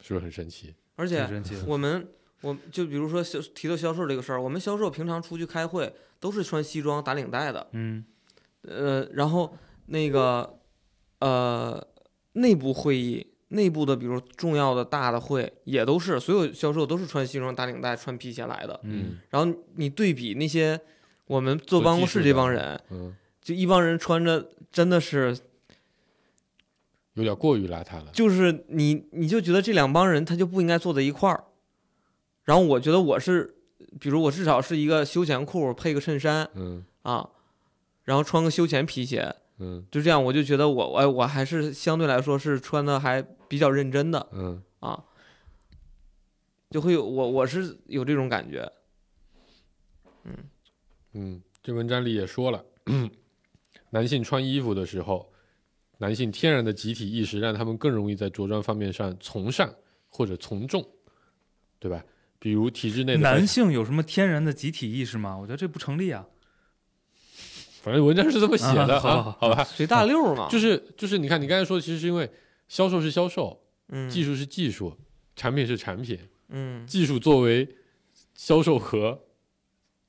S5: 是不是很神奇？
S3: 而
S4: 挺
S3: 且
S4: 神奇的。
S3: 我们我就比如说销提到销售这个事儿，我们销售平常出去开会都是穿西装打领带的，
S4: 嗯
S3: 呃，然后那个呃内部会议，内部的比如重要的大的会也都是所有销售都是穿西装打领带穿皮鞋来的。
S4: 嗯，
S3: 然后你对比那些我们坐
S5: 做
S3: 办
S5: 技
S3: 公
S5: 术
S3: 室这
S5: 的
S3: 帮人，
S5: 嗯，
S3: 就一帮人穿着真的是
S5: 有点过于邋遢了。
S3: 就是你你就觉得这两帮人他就不应该坐在一块儿。然后我觉得我是，比如我至少是一个休闲裤配个衬衫
S5: 嗯
S3: 啊，然后穿个休闲皮鞋，
S5: 嗯
S3: 就这样，我就觉得我我我还是相对来说是穿的还比较认真的
S5: 嗯，
S3: 啊，就会有我我是有这种感觉，
S5: 嗯，这文章里也说了， <clears throat> 男性穿衣服的时候，男性天然的集体意识让他们更容易在着装方面上从善或者从众，对吧？比如体制内的
S4: 男性有什么天然的集体意识吗？我觉得这不成立啊。
S5: 反正文章是这么写的
S4: 啊好
S5: 啊
S4: 好，
S5: 好吧？
S3: 随大溜儿嘛，
S5: 就是就是，你看你刚才说，其实是因为销售是销售，
S3: 嗯
S5: 技术是技术，产品是产品，
S3: 嗯
S5: 技术作为销售和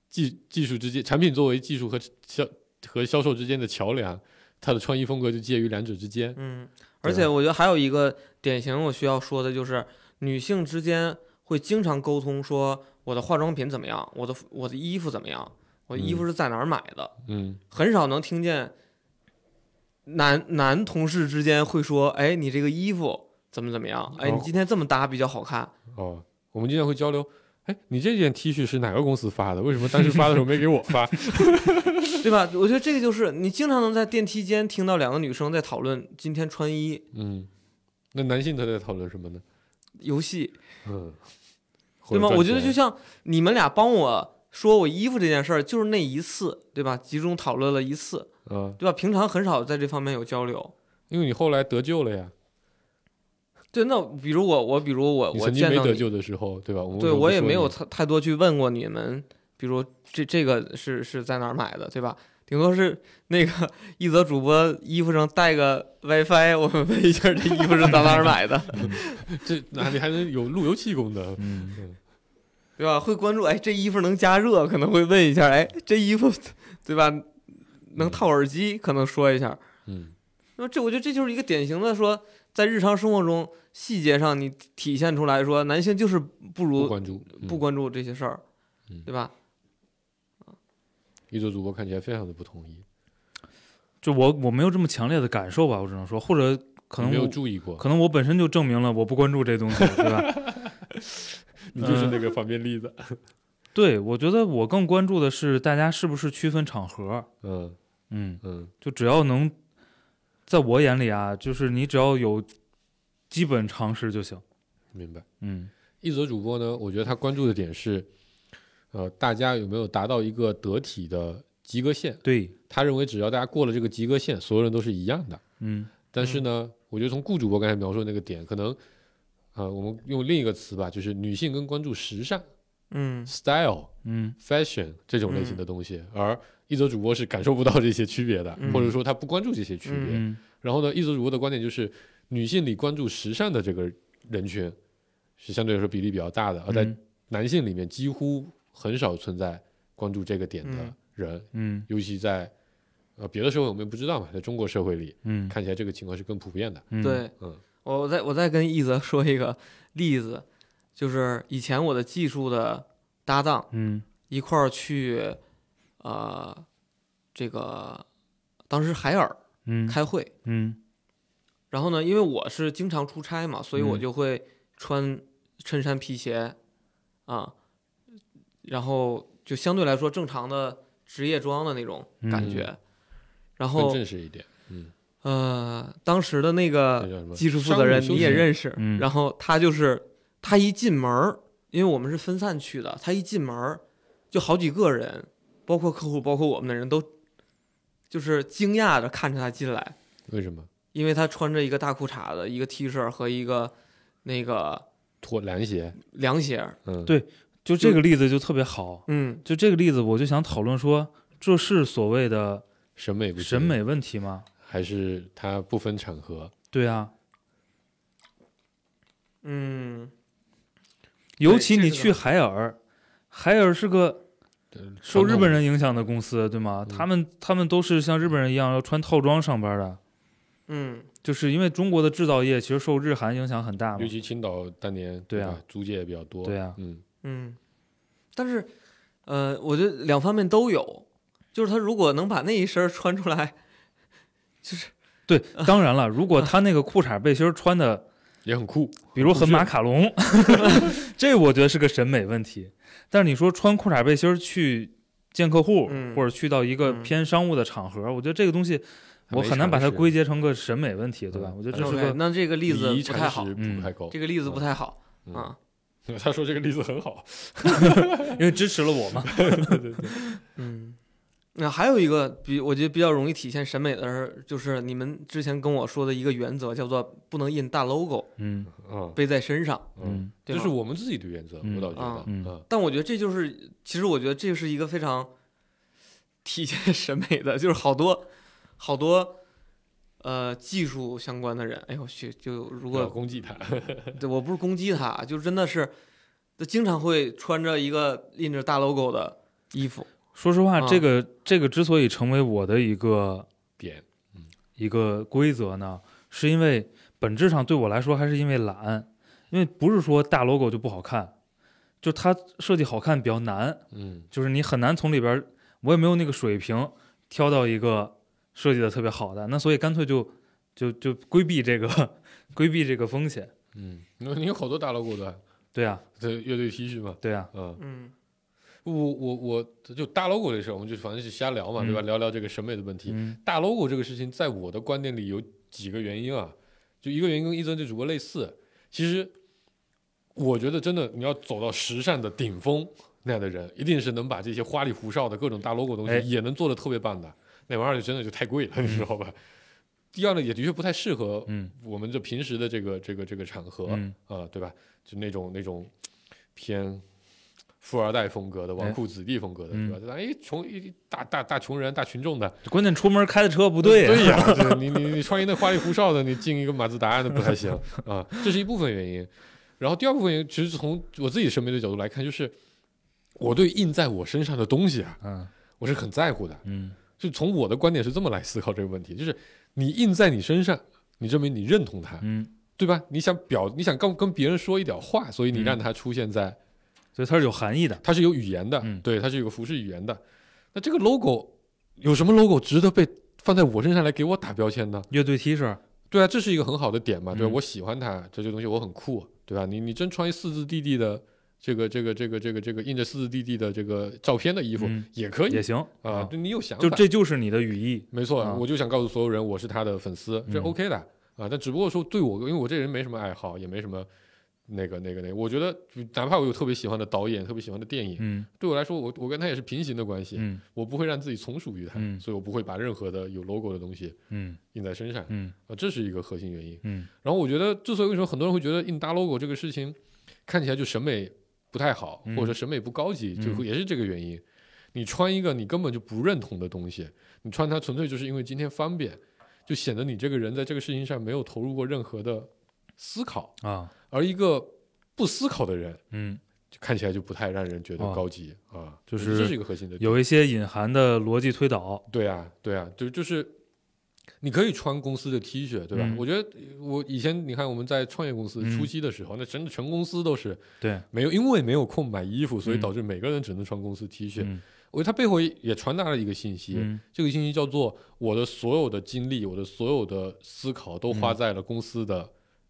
S5: 技技术之间，产品作为技术和销和销售之间的桥梁，它的穿衣风格就介于两者之间。
S3: 嗯，而且我觉得还有一个典型我需要说的就是女性之间会经常沟通说我的化妆品怎么样，我的我的衣服怎么样，我的衣服是在哪儿买的，
S5: 嗯，
S3: 很少能听见男男同事之间会说，哎，你这个衣服怎么怎么样？哎，你
S5: 哦
S3: 今天这么搭比较好看。
S5: 哦，我们经常会交流。哎，你这件 T 恤是哪个公司发的？为什么当时发的时候没给我发？ <laughs>
S3: 对吧？我觉得这个就是你经常能在电梯间听到两个女生在讨论今天穿衣、
S5: 嗯，那男性他在讨论什么呢？
S3: 游戏，
S5: 嗯，
S3: 对吗？
S5: 或者赚
S3: 我觉得
S5: 钱
S3: 就像你们俩帮我说我衣服这件事儿，就是那一次，对吧？集中讨论了一次，
S5: 嗯，
S3: 对吧？平常很少在这方面有交流。
S5: 因为你后来得救了呀。
S3: 对，那比如我，我比如我，
S5: 你
S3: 我
S5: 曾经
S3: 见
S5: 没
S3: 到
S5: 得
S3: 你，
S5: 救的时候，对吧？我们为
S3: 对
S5: 什么
S3: 我
S5: 不
S3: 也
S5: 说
S3: 没有
S5: 你
S3: 太太多去问过你们，比如这这个是是在哪儿买的，对吧？顶多是那个一则主播衣服上带个 WiFi，我们问一下这衣服是在哪儿买的，
S5: 这哪里还能有路由器功能？
S4: 嗯，
S3: 对吧？会关注，哎，这衣服能加热，可能会问一下，哎，这衣服，对吧？能套耳机，可能说一下，
S5: 嗯，
S3: 那么这我觉得这就是一个典型的说，在日常生活中细节上你体现出来说，男性就是不
S5: 不
S3: 如
S5: 关注，嗯
S3: 不关注这些事儿
S5: 嗯，
S3: 对吧？
S5: 一组主播看起来非常的不同意，
S4: 就我我没有这么强烈的感受吧，我只能说，或者可能
S5: 你没有
S4: 我
S5: 注意过，
S4: 可能我本身就证明了我不关注这东西，对吧？ <laughs>
S5: 你
S3: 嗯
S5: 就是那个反面例子。
S3: <laughs>
S4: 对，我觉得我更关注的是大家是不是区分场合，
S5: 嗯
S4: 嗯，
S5: 嗯
S4: 就只要能，在我眼里啊，就是你只要有基本常识就行，
S5: 明白。
S4: 嗯，
S5: 一则主播呢，我觉得他关注的点是，呃，大家有没有达到一个得体的及格线？
S4: 对，
S5: 他认为只要大家过了这个及格线，所有人都是一样的。
S4: 嗯
S5: 但是呢，我觉得从顾主播刚才描述的那个点，可能，呃，我们用另一个词吧，就是女性更关注时尚、
S3: 嗯
S5: style、
S4: 嗯
S5: fashion 这种类型的东西，而一则主播是感受不到这些区别的，
S3: 嗯
S5: 或者说他不关注这些区别。
S4: 嗯
S5: 然后呢，一则主播的观点就是，女性里关注时尚的这个人群是相对来说比例比较大的，而在
S4: 嗯
S5: 男性里面几乎很少存在关注这个点的
S3: 嗯
S5: 人，
S4: 嗯
S5: 尤其在呃别的社会我们也不知道嘛，在中国社会里
S4: 嗯，
S5: 看起来这个情况是更普遍的。
S4: 嗯，
S3: 对，
S5: 嗯
S3: 我我再我再跟一泽说一个例子，就是以前我的技术的搭档
S4: 嗯
S3: 一块儿去，呃，这个当时海尔
S4: 嗯
S3: 开会，
S4: 嗯
S3: 然后呢，因为我是经常出差嘛，所以我
S4: 嗯
S3: 就会穿衬衫、皮鞋啊，然后就相对来说正常的职业装的那种
S4: 嗯
S3: 感觉。然
S5: 更
S3: 后
S5: 正式一点，嗯，
S3: 呃，当时的那
S5: 那
S3: 个
S5: 叫什么？
S3: 技术负责人
S5: 商务休
S3: 你也
S5: 闲
S3: 认识，
S4: 嗯
S3: 然后他就是他一进门儿，因为我们是分散去的，他一进门儿就好几个人，包括客户，包括我们的人都就是惊讶的看着他进来。
S5: 为什么
S3: 因为他穿着一个大裤衩子、一个 T 恤和一个那个
S5: 脱篮鞋？
S3: 凉鞋。
S5: 嗯，
S4: 对就这个例子就特别好，
S3: 嗯，
S4: 就这个例子我就想讨论说，这是所谓的
S5: 审美不行
S4: 审美问题吗？
S5: 还是它不分场合？
S4: 对啊，
S3: 嗯，
S4: 尤其
S3: 这
S4: 你
S3: 是个
S4: 去海尔，海尔是个
S5: 呃
S4: 受
S5: 传统
S4: 日本人影响的公司，对吗？他们他们都是像日本人一样要穿套装上班的，
S3: 嗯，
S4: 就是因为中国的制造业其实受日韩影响很大嘛
S5: 尤。其青岛当年
S4: 对啊
S5: 吧，租界也比较多，
S4: 对啊
S5: 嗯，
S3: 嗯，但是，呃，我觉得两方面都有，就是他如果能把那一身儿穿出来，就是
S4: 对，当然了，如果他那个裤衩背心儿穿的，
S5: 也很酷，
S4: 比如很马卡龙， <laughs> 这我觉得是个审美问题。但是你说穿裤衩背心儿去见客户，
S3: 嗯
S4: 或者去到一个
S3: 嗯
S4: 偏商务的场合，我觉得这个东西我很难把它归结成个审美问题，对吧？
S5: 嗯
S4: 我觉得这是
S3: OK，
S4: 个
S3: 那这个例子
S5: 礼仪
S3: 不太
S5: 常
S3: 好
S5: 识，
S4: 嗯
S5: 不太够
S3: 这。个例子不太好
S5: 嗯
S3: 啊。
S5: <laughs> 他说这个例子很好，
S4: 因为支持了我嘛。
S3: 嗯，那还有一个比我觉得比较容易体现审美的是，就是你们之前跟我说的一个原则，叫做不能印大 logo
S4: 嗯
S5: 嗯
S3: 背在身上，
S5: 嗯，
S4: 嗯
S3: 对
S5: 这
S3: 吗
S5: 是我们自己的原则，
S4: 嗯
S5: 我倒觉得，
S4: 嗯
S5: 嗯
S3: 但我觉得这就是，其实我觉得这是一个非常体现 <laughs> 审美的，就是好多好多呃技术相关的人，哎呦去，就如
S5: 不要
S3: 果
S5: 攻击他， <laughs>
S3: 对我不是攻击他，就真的是，他经常会穿着一个印着大 logo 的衣服，
S4: 说实话，
S5: 嗯
S3: 啊
S4: 这个这个之所以成为我的一个
S5: 点
S4: 一个规则呢，是因为本质上对我来说还是因为懒，因为不是说大 logo 就不好看，就它设计好看比较难，
S5: 嗯，
S4: 就是你很难从里边儿，我也没有那个水平挑到一个设计的特别好的，那所以干脆就就就规避这个 <laughs> 规避这个风险。
S5: 嗯，那你有好多大 logo 的，
S4: 对啊，
S5: 这乐队 T 恤嘛，
S4: 对啊，
S5: 嗯，
S3: 嗯
S5: 我我我就大 logo 这事儿，我们就反正是瞎聊嘛，
S4: 嗯
S5: 对吧？聊聊这个审美的问题。
S4: 嗯
S5: 大 logo 这个事情，在我的观点里有几个原因啊，就一个原因跟一尊这主播类似，其实我觉得真的你要走到时尚的顶峰那样的人，一定是能把这些花里胡哨的各种大 logo 东
S4: 哎
S5: 西也能做的特别棒的，那玩意儿就真的就太贵了，你知道吧？第二呢，也的确不太适合
S4: 嗯
S5: 我们这平时的这个这个这个场合，
S4: 嗯
S5: 啊，对吧？就那种那种偏富二代风格的、纨
S4: 哎
S5: 绔子弟风格的，对吧？咱一穷一大大大穷人、大群众的，
S4: 关键出门开的车不对、啊
S5: 对呀、就是你你你穿一那花里胡哨的，你进一个马自达那不太行啊，这是一部分原因。然后第二部分原因，其实从我自己审美的角度来看，就是我对印在我身上的东西啊，
S4: 嗯
S5: 我是很在乎的。
S4: 嗯
S5: 就从我的观点是这么来思考这个问题，就是你印在你身上，你证明你认同它，
S4: 嗯，
S5: 对吧？你想表，你想跟跟别人说一点话，所以你
S4: 嗯
S5: 让它出现在
S4: 所以它是有含义的。
S5: 它是有语言的，
S4: 嗯
S5: 对，它是有个服饰语言的。那这个 logo 有什么 logo 值得被放在我身上来给我打标签呢？
S4: 乐队 T 恤，
S5: 对啊，这是一个很好的点嘛，对吧？
S4: 嗯
S5: 我喜欢它，这些东西我很酷，对吧？你你真穿一四字弟弟的这个这个这个这个这个印着四字弟弟的这个照片的衣服、
S4: 嗯
S5: 也可以
S4: 也行
S5: 啊，对你有想法，
S4: 就这就是你的语义。
S5: 没错，
S4: 啊
S5: 我就想告诉所有人我是他的粉丝，这
S4: 嗯
S5: OK 的、啊。但只不过说对我，因为我这人没什么爱好，也没什么那个那个那个，我觉得就哪怕我有特别喜欢的导演、特别喜欢的电影，
S4: 嗯
S5: 对我来说，我我跟他也是平行的关系，
S4: 嗯
S5: 我不会让自己从属于他，
S4: 嗯
S5: 所以我不会把任何的有 logo 的东西
S4: 嗯
S5: 印在身上
S4: 嗯
S5: 啊，这是一个核心原因。
S4: 嗯
S5: 然后我觉得，之所以为什么很多人会觉得印大 logo 这个事情看起来就审美不太好，
S4: 嗯
S5: 或者说审美不高级，就也是这个原因。你穿一个你根本就不认同的东西，你穿它纯粹就是因为今天方便，就显得你这个人在这个事情上没有投入过任何的思考。
S4: 啊
S5: 而一个不思考的人，
S4: 嗯，
S5: 就看起来就不太让人觉得高级、啊。
S4: 哦就是
S5: 这是一个核心的点。
S4: 有一些隐含的逻辑推导。
S5: 对啊，对啊，就就是你可以穿公司的 T 恤，对吧？
S4: 嗯
S5: 我觉得我以前你看我们在创业公司
S4: 嗯
S5: 初期的时候，那真的全公司都是
S4: 对，
S5: 没有，因为没有空买衣服，所以
S4: 嗯
S5: 导致每个人只能穿公司 T 恤。
S4: 嗯
S5: 我觉得它背后也传达了一个信息，
S4: 嗯
S5: 这个信息叫做我的所有的精力，我的所有的思考都花在了公司的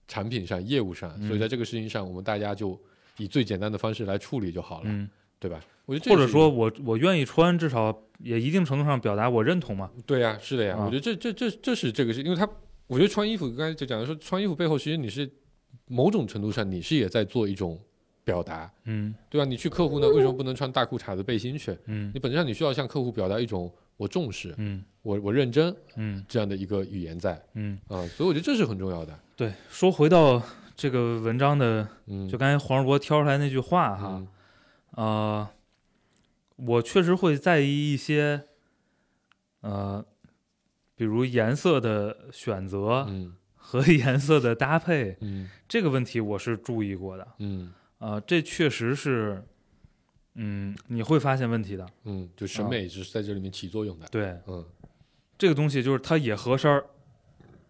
S5: 产品上、业务上，
S4: 嗯
S5: 所以在这个事情上，我们大家就以最简单的方式来处理就好了，
S4: 嗯，
S5: 对吧？我觉得这
S4: 或者
S5: 是一个
S4: 说我我愿意穿，至少也一定程度上表达我认同嘛。
S5: 对呀、是的呀，
S4: 啊
S5: 我觉得这这这这是这个是，因为他，我觉得穿衣服刚才就讲的说，穿衣服背后其实你是某种程度上你是也在做一种表达，
S4: 嗯
S5: 对吧？你去客户那为什么不能穿大裤衩子背心去？
S4: 嗯
S5: 你本质上你需要向客户表达一种我重视、
S4: 嗯
S5: 我我认真
S4: 嗯
S5: 这样的一个语言在
S4: 嗯，
S5: 啊、所以我觉得这是很重要的。
S4: 对。说回到这个文章的，
S5: 嗯，
S4: 就刚啊才黄世博挑出来那句话哈，
S5: 嗯
S4: 呃，我确实会在意一些，呃，比如颜色的选择
S5: 嗯
S4: 和 <laughs> 颜色的搭配
S5: 嗯
S4: 这个问题，我是注意过的。
S5: 嗯
S4: 呃，这确实是，嗯，你会发现问题的。
S5: 嗯，就
S4: 啊
S5: 审美是在这里面起作用的。
S4: 对，
S5: 嗯
S4: 这个东西就是它也合身儿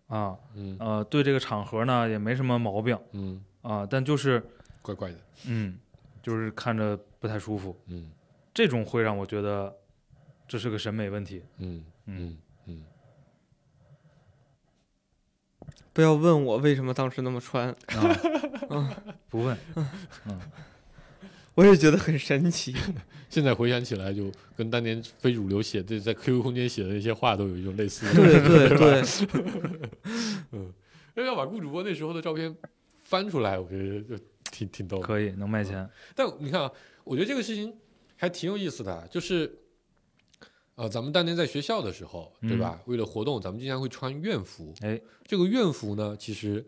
S4: 啊，
S5: 嗯
S4: 呃，对这个场合呢也没什么毛病
S5: 嗯，
S4: 啊，但就是，
S5: 怪怪的。
S4: 嗯，就是看着不太舒服，
S5: 嗯
S4: 这种会让我觉得这是个审美问题。
S5: 嗯嗯嗯，
S3: 不要问我为什么当时那么穿，
S4: 啊， <laughs> 不问，
S3: 我也觉得很神奇。
S5: 现在回想起来，就跟当年非主流写的在 QQ 空间写的那些话都有一种类似的。
S3: 对
S5: <laughs>
S3: <laughs> 对对，
S5: 要要把顾主播那时候的照片翻出来，我觉得就挺挺逗的。
S4: 可以能卖钱。
S5: 但你看啊，我觉得这个事情还挺有意思的啊，就是，呃，咱们当年在学校的时候，对吧？为了活动，咱们经常会穿院服。
S4: 嗯哎，
S5: 这个院服呢，其实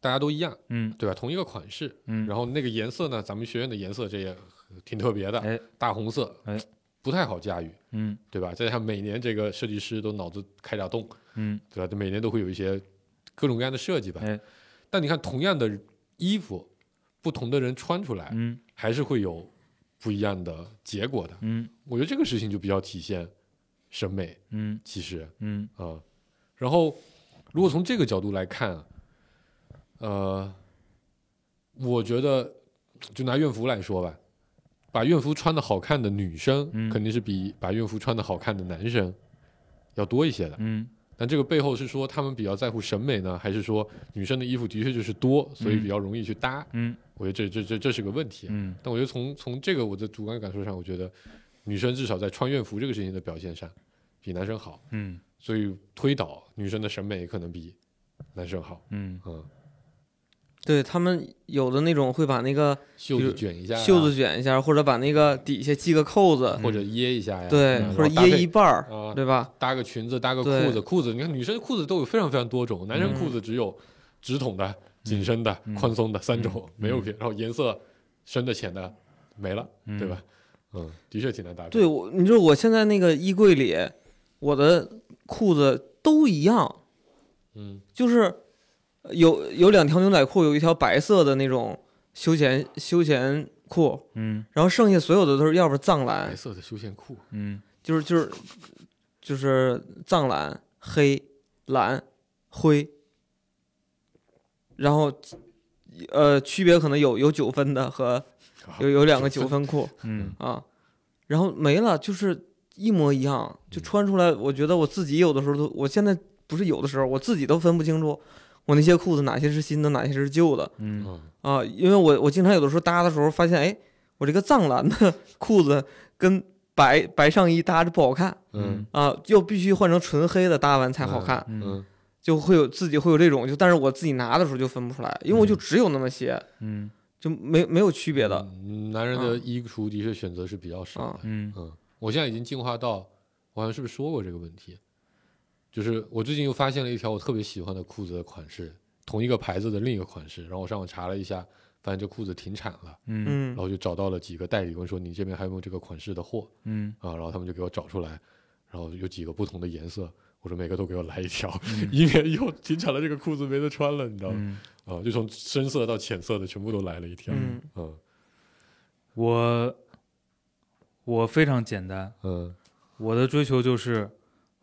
S5: 大家都一样，
S4: 嗯
S5: 对吧？同一个款式，
S4: 嗯，
S5: 然后那个颜色呢，咱们学院的颜色这也挺特别的，
S4: 哎
S5: 大红色，
S4: 哎
S5: 不太好驾驭。
S4: 嗯
S5: 对吧？再加上每年这个设计师都脑子开点洞，
S4: 嗯
S5: 对吧？就每年都会有一些各种各样的设计吧。
S4: 哎
S5: 但你看，同样的衣服，不同的人穿出来，
S4: 嗯
S5: 还是会有不一样的结果的。
S4: 嗯
S5: 我觉得这个事情就比较体现审美，
S4: 嗯
S5: 其实
S4: 嗯
S5: 啊、然后，如果从这个角度来看啊，呃，我觉得就拿院服来说吧，把院服穿的好看的女生，
S4: 嗯
S5: 肯定是比把院服穿的好看的男生要多一些的。
S4: 嗯
S5: 但这个背后是说他们比较在乎审美呢，还是说女生的衣服的确就是多，所以
S4: 嗯
S5: 比较容易去搭？
S4: 嗯
S5: 我觉得这这这这是个问题。
S4: 嗯
S5: 但我觉得从从这个我的主观感受上，我觉得女生至少在穿院服这个事情的表现上，比男生好。
S4: 嗯
S5: 所以推导女生的审美可能比男生好。
S4: 嗯，
S5: 嗯，
S3: 对他们有的那种会把那个
S5: 袖
S3: 比
S5: 子
S3: 如
S5: 卷一下、
S3: 袖子，卷一下，或者把那个底下系个扣子，
S5: 或者掖一下呀，
S3: 对，
S5: 嗯
S3: 或者掖一，半
S5: 然
S3: 儿，
S5: 后搭配啊，
S3: 对吧？
S5: 搭个裙子，搭个
S3: 对嗯
S5: 裤子，裤子，你看女生裤子都有非常非常多种，男生裤子只有直筒的、紧身的、
S4: 嗯
S5: 宽松的三种，
S4: 嗯
S5: 没有别，然后颜色深的、浅的没了，
S4: 嗯
S5: 对吧？嗯，的确挺难搭配。
S3: 对，我，你说我现在那个衣柜里，我的裤子都一样，
S5: 嗯
S3: 就是有有两条牛仔裤，有一条白色的那种休闲休闲裤，
S4: 嗯
S3: 然后剩下所有的都是要不是藏
S5: 白
S3: 蓝，
S5: 色的休闲裤，
S4: 嗯
S3: 就是就是就是藏蓝黑，懒、灰，然后呃，区别可能有有九分的和
S5: 啊
S3: 有有
S5: <laughs>
S3: 两个九分裤
S4: 嗯
S3: 啊，然后没了，就是一模一样，就穿出来。我觉得我自己有的时候都，我现在不是有的时候，我自己都分不清楚我那些裤子哪些是新的，哪些是旧的
S4: 嗯
S5: 嗯
S3: 啊。因为我我经常有的时候搭的时候发现，哎，我这个藏蓝的 <laughs> 裤子跟白白上衣搭着不好看
S5: 嗯
S3: 啊，又必须换成纯黑的搭完才好看，
S4: 嗯
S5: 嗯
S3: 就会有自己会有这种就，但是我自己拿的时候就分不出来，因为我就
S5: 嗯
S3: 只有那么些，
S4: 嗯
S3: 就没没有区别的。
S5: 嗯男人的衣橱的确选择是比较少的。
S4: 嗯
S5: 嗯，我现在已经进化到，我好像是不是说过这个问题？就是我最近又发现了一条我特别喜欢的裤子的款式，同一个牌子的另一个款式，然后我上网查了一下，发现这裤子停产了，
S4: 嗯
S3: 嗯
S5: 然，后就找到了几个代理，问说你这边还有没有这个款式的货
S4: 嗯
S5: 啊？然后他们就给我找出来，然后有几个不同的颜色，我说每个都给我来一条，以免以后停产了这个裤子没得穿了，你知道吗？
S4: 嗯，
S5: 啊，就从深色到浅色的全部都来了一条，
S3: 嗯
S5: 嗯
S4: 我我非常简单，
S5: 嗯，
S4: 我的追求就是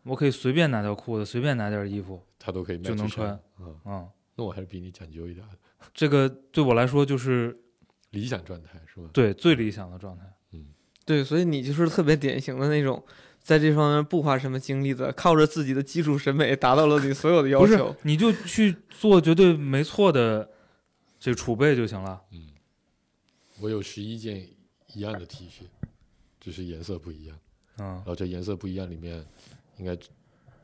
S4: 我可以随便拿条裤子，随便拿件衣服
S5: 他都可以卖
S4: 就能
S5: 出去
S4: 穿。
S5: 嗯，
S4: 嗯，
S5: 那我还是比你讲究一点的，
S4: 这个对我来说就是
S5: 理想状态是吧？
S4: 对最理想的状态。
S3: 对，所以你就是特别典型的那种，在这方面不花什么精力的，靠着自己的基础审美达到了你所有的要
S4: 不是
S3: 求。，
S4: 你就去做绝对没错的这个储备就行了。
S5: 我有十一件一样的 T 恤，只是颜色不一样。
S4: 嗯
S5: 然后这颜色不一样里面，应该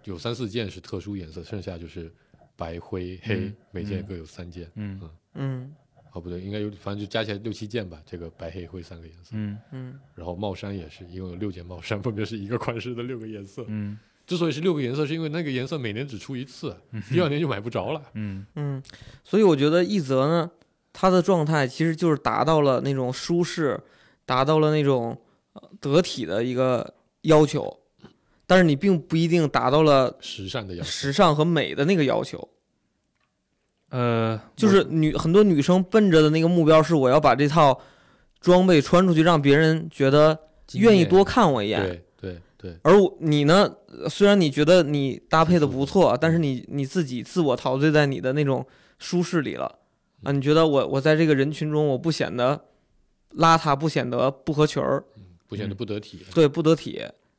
S5: 有三四件是特殊颜色，剩下就是白、灰、黑，
S4: 嗯
S5: 每件
S4: 嗯
S5: 各有三件。
S4: 嗯
S3: 嗯
S5: 哦，不对，应该有，反正就加起来六七件吧。这个白、黑、灰三个颜色。
S4: 嗯
S3: 嗯
S5: 然后帽衫也是，一共有六件帽衫，分别是一个款式的六个颜色。
S4: 嗯
S5: 之所以是六个颜色，是因为那个颜色每年只出一次，第二年就买不着了。
S4: 嗯
S3: 嗯，所以我觉得一泽呢，他的状态其实就是达到了那种舒适，达到了那种呃得体的一个要求，但是你并不一定达到了
S5: 时尚的样子，
S3: 时尚和美的那个要求。
S4: 呃，
S3: 就是女很多女生奔着的那个目标是我要把这套装备穿出去，让别人觉得愿意多看我一眼。
S5: 对对对，
S3: 而我你呢，呃虽然你觉得你搭配的
S5: 舒服
S3: 不错，啊但是你你自己自我陶醉在你的那种舒适里了
S5: 嗯
S3: 啊！你觉得我我在这个人群中，我不显得邋遢，不显得不合群儿，
S5: 嗯不显得不得体。
S3: 对，不得体，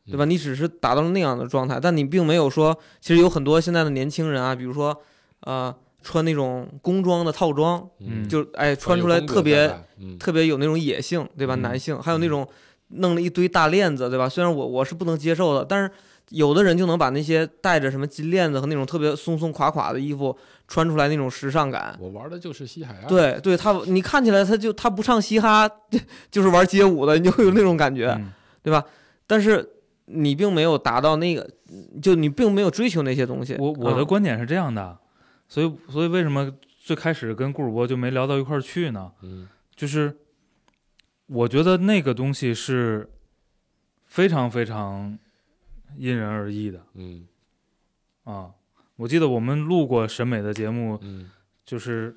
S3: 对
S5: 嗯
S3: 吧？你只是达到了那样的状态，但你并没有说，其实有很多现在的年轻人啊，比如说呃，穿那种工装的套装，
S4: 嗯
S3: 就哎穿出
S5: 有
S3: 来
S5: 风格
S3: 特别
S5: 在吧，嗯，
S3: 特别有那种野性，对吧？
S4: 嗯
S3: 男性还有那种弄了一堆大链子，对吧？虽然我我是不能接受的，但是有的人就能把那些带着什么金链子和那种特别松松垮垮的衣服穿出来那种时尚感。
S5: 我玩的就是西海岸。，
S3: 对，对他，你看起来他就他不唱嘻哈，就是玩街舞的，你就会有那种感觉，
S4: 嗯
S3: 对吧？但是你并没有达到那个，就你并没有追求那些东西。
S4: 我我的
S3: 啊
S4: 观点是这样的，所以所以为什么最开始跟顾主播就没聊到一块儿去呢？
S5: 嗯
S4: 就是我觉得那个东西是非常非常因人而异的
S5: 嗯
S4: 啊。我记得我们录过审美的节目，
S5: 嗯
S4: 就是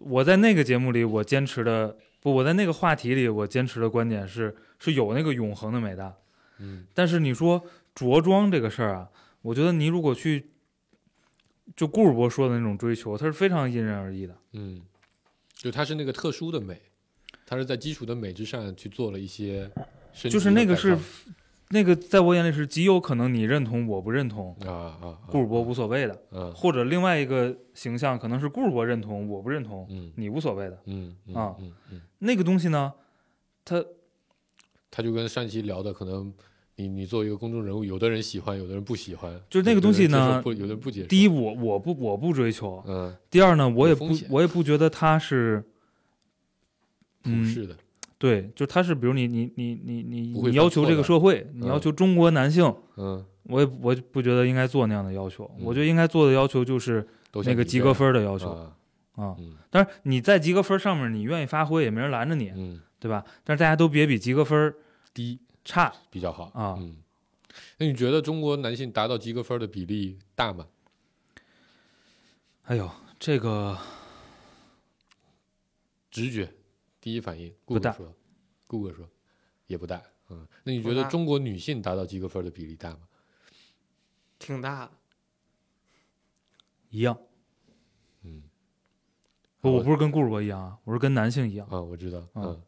S4: 我在那个节目里，我坚持的不，我在那个话题里，我坚持的观点是是有那个永恒的美的。
S5: 嗯
S4: 但是你说着装这个事儿啊，我觉得你如果去就顾主播说的那种追求，它是非常因人而异的。
S5: 嗯，就它是那个特殊的美，它是在基础的美之上去做了一些升级的
S4: 就是那个是
S5: 改
S4: 那个在我眼里是极有可能你认同我不认同，
S5: 造啊啊，
S4: 顾主播无所谓的，
S5: 嗯
S4: 或者另外一个形象可能是顾主播认同我不认同，
S5: 嗯
S4: 你无所谓的。
S5: 嗯嗯
S4: 啊
S5: 嗯嗯，
S4: 那个东西呢，它
S5: 它就跟上期聊的可能。你你作为一个公众人物，有的人喜欢，有的人不喜欢，
S4: 就是那个东西呢
S5: 有的人接受不，有的人不接受。
S4: 第一，我我不我不追求，
S5: 嗯，
S4: 第二呢，我也
S5: 有
S4: 不
S5: 风险
S4: 我也不觉得它是，
S5: 普
S4: 嗯，
S5: 世的，
S4: 对，就它是比如你你你你你
S5: 不会
S4: 你
S5: 犯
S4: 要求
S5: 错
S4: 这个
S5: 的
S4: 社会，你要
S5: 嗯
S4: 求中国男性，
S5: 嗯，
S4: 我也不我就不觉得应该做那样的要求，
S5: 嗯
S4: 我觉得应该做的要求就是
S5: 都
S4: 那个及格分儿的要
S5: 要
S4: 求啊。
S5: 嗯
S4: 但是你在及格分儿上面，你愿意发挥，也没人拦着你，
S5: 嗯，
S4: 对吧？但是大家都别比及格分儿
S5: 低
S4: 差。
S5: 比较好
S4: 啊
S5: 嗯，那你觉得中国男性达到及格分儿的比例大吗？
S4: 哎呦，这个
S5: 直觉，第一反应，
S4: 不
S5: 顾哥
S4: 大
S5: 说，顾哥说，也不大。嗯，那你
S3: 不
S5: 觉得
S3: 大
S5: 中国女性达到及格分儿的比例大吗？
S3: 挺大的，
S4: 一样。
S5: 嗯，
S4: 我我
S5: 好
S4: 不是跟顾主播一样啊，我是跟男性一样。
S5: 啊，我知道，
S4: 嗯
S5: 嗯，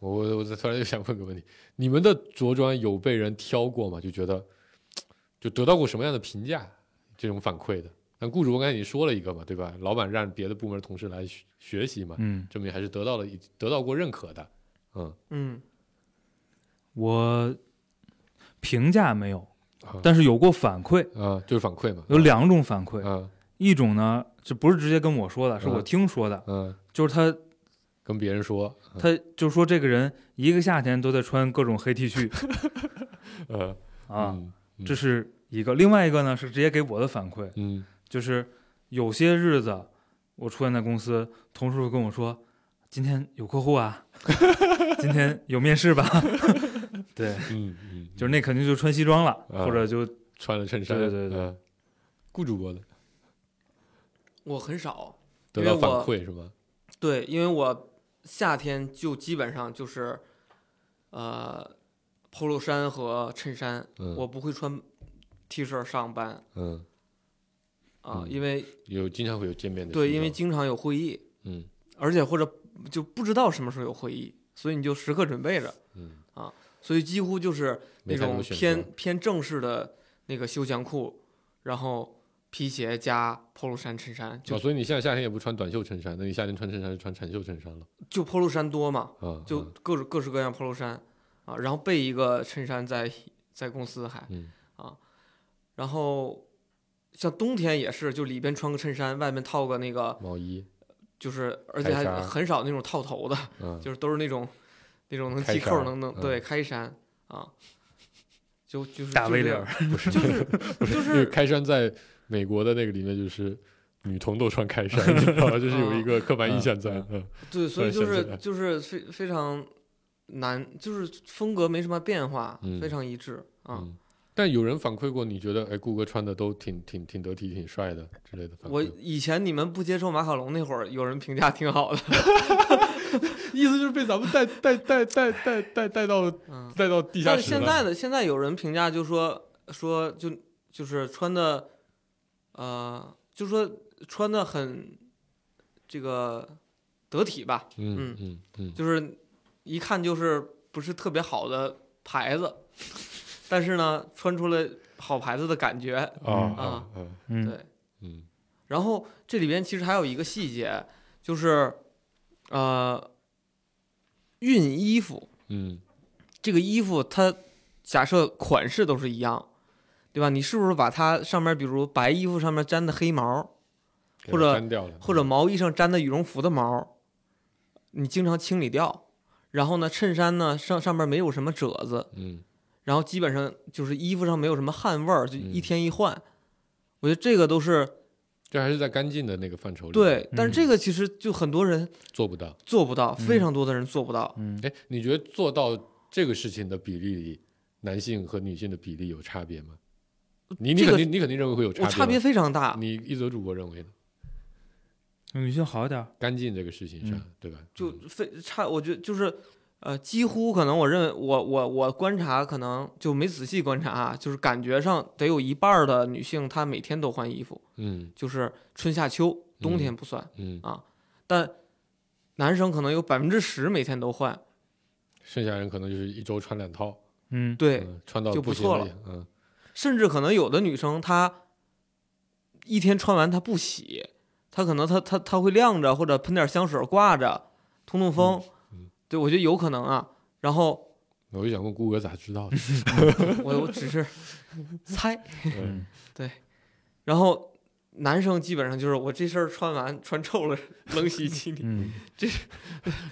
S5: 我我我突然就想问个问题，你们的着装有被人挑过吗？就觉得就得到过什么样的评价？这种反馈的？但雇主我刚才已经说了一个嘛，对吧？老板让别的部门同事来学学习嘛，
S4: 嗯，
S5: 证明还是得到了一得到过认可的。嗯，
S3: 嗯，
S4: 我评价没有
S5: 啊，
S4: 但是有过反馈，
S5: 啊，就是反馈嘛，
S4: 有两种反馈，
S5: 啊，
S4: 一种呢，这不是直接跟我说的，是我
S5: 嗯
S4: 听说的，
S5: 嗯，
S4: 就是他
S5: 跟别人说，
S4: 他就说这个人一个夏天都在穿各种黑 T
S5: <laughs>
S4: 恤
S5: 呃
S4: 啊，，
S5: 嗯嗯
S4: 这是一个。另外一个呢是直接给我的反馈，
S5: 嗯，
S4: 就是有些日子我出现在公司，同事会跟我说，今天有客户
S5: <laughs>
S4: 啊，今天有面试吧，对，
S5: 嗯嗯，
S3: <laughs>
S4: 就是那肯定就穿西装了，
S5: 啊
S4: 或者就
S5: 穿了衬衫，
S4: 对对对对
S5: 嗯，雇主播的
S3: 我很少，
S5: 得
S3: 因为
S5: 到反
S3: 我
S5: 馈是吗？
S3: 对，因为我夏天就基本上就是，呃，polo 衫和衬衫，
S5: 嗯，
S3: 我不会穿 T 恤上班
S5: 嗯，
S3: 啊、
S5: 嗯
S3: 因为
S5: 有经常会有见面的情况，
S3: 对，因为经常有会议，
S5: 嗯
S3: 而且或者就不知道什么时候有会议，所以你就时刻准备着，
S5: 嗯
S3: 所以几乎就是
S5: 没
S3: 那
S5: 太多
S3: 种
S5: 选择
S3: 偏偏正式的那个休闲裤，然后皮鞋加 polo 衫、衬衫，就
S5: 哦，所以你现在夏天也不穿短袖衬衫，那你夏天穿衬衫是穿长袖衬衫了
S3: 就 polo 衫多嘛，
S5: 啊？
S3: 就
S5: 啊
S3: 各种各式各样 polo 衫啊，然后备一个衬衫在在公司还，
S5: 嗯
S3: 然后像冬天也是，就里边穿个衬衫，外面套个那个
S5: 毛衣，
S3: 就是，而
S5: 开
S3: 且还
S5: 衫
S3: 很少那种套头的，
S5: 嗯，
S3: 就是都是那种那种能
S5: 开
S3: 系扣儿
S5: 衫
S3: 能能
S5: 嗯
S3: 对开衫啊，就就是
S4: 大 V 领儿
S3: 儿，
S5: <laughs>
S3: 就是就
S5: 因为 <laughs>
S3: 是
S5: 开衫在美国的那个里面就是女童都穿开衫，你知道吗？就是有一个刻板印象在，嗯
S3: 对，所以
S5: 突
S3: 就
S5: 然想起
S3: 是
S5: 来
S3: 就是非非常难，就是风格没什么变化，
S5: 嗯
S3: 非常一致啊。
S5: 嗯。但有人反馈过，你觉得哎，顾哥穿的都挺挺挺得体、挺帅的之类的反馈。
S3: 我以前你们不接受马卡龙那会儿，有人评价挺好的， <laughs>
S5: 意思就是被咱们带带带带带带带到
S3: 嗯。
S5: 带到地
S3: 但
S5: 下
S3: 是
S5: 室
S3: 现
S5: 了
S3: 在的现在有人评价就说说就就是穿的，呃，就说穿的很这个得体吧，
S5: 嗯嗯嗯
S3: 就是一看就是不是特别好的牌子， <laughs> 但是呢穿出了好牌子的感觉，
S5: 啊啊啊
S4: 嗯
S3: 对。
S5: 嗯
S3: 然后这里边其实还有一个细节，就是呃，熨衣服
S5: 嗯
S3: 这个衣服它假设款式都是一样，对吧？你是不是把它上面比如白衣服上面粘的黑毛，
S5: 给
S3: 或
S5: 它
S3: 者
S5: 干掉了，
S3: 或者毛衣上粘的羽绒服的毛，你经常清理掉？然后呢，衬衫呢上上面没有什么褶子，
S5: 嗯
S3: 然后基本上就是衣服上没有什么汗味儿，就一
S5: 嗯
S3: 天一换。我觉得这个都是
S5: 这还是在干净的那个范畴里，
S3: 对，但是
S4: 嗯
S3: 这个其实就很多人
S5: 做不到。
S3: 做不到，非
S4: 嗯
S3: 常多的人做不到。
S4: 嗯，
S5: 哎，你觉得做到这个事情的比例里，男性和女性的比例有差别吗？你你
S3: 这
S5: 肯
S3: 个
S5: 定你肯定认为会有
S3: 我差
S5: 别
S3: 别非常大
S5: 吧，，你一则主播认为呢？
S4: 嗯女性好一点儿，
S5: 干净这个事情上，
S4: 嗯
S5: 对吧？
S3: 就
S5: 嗯
S3: 非差，我觉得就是，呃，几乎可能我认为我我我观察可能就没仔细观察啊，就是感觉上得有一半儿的女性她每天都换衣服，
S5: 嗯
S3: 就是春夏秋，冬天不算，
S5: 嗯，
S3: 但男生可能有百分之十每天都换，
S5: 剩下人可能就是一周穿两套，
S4: 嗯，
S3: 对，
S5: 嗯穿到
S3: 就
S5: 不
S3: 不
S5: 行
S3: 错
S5: 了
S3: 了
S5: 也，嗯
S3: 甚至可能有的女生她一天穿完她不洗，她可能她她她会晾着或者喷点香水挂着通通风，
S5: 嗯
S3: 对我觉得有可能啊，然后。
S5: 我就想问顾哥咋知道 <laughs> 的？
S3: 我我只是 <laughs> 猜。
S5: 嗯
S4: 嗯，
S3: 然后男生基本上就是我这身儿穿完穿臭了，扔洗衣机里。
S4: 嗯，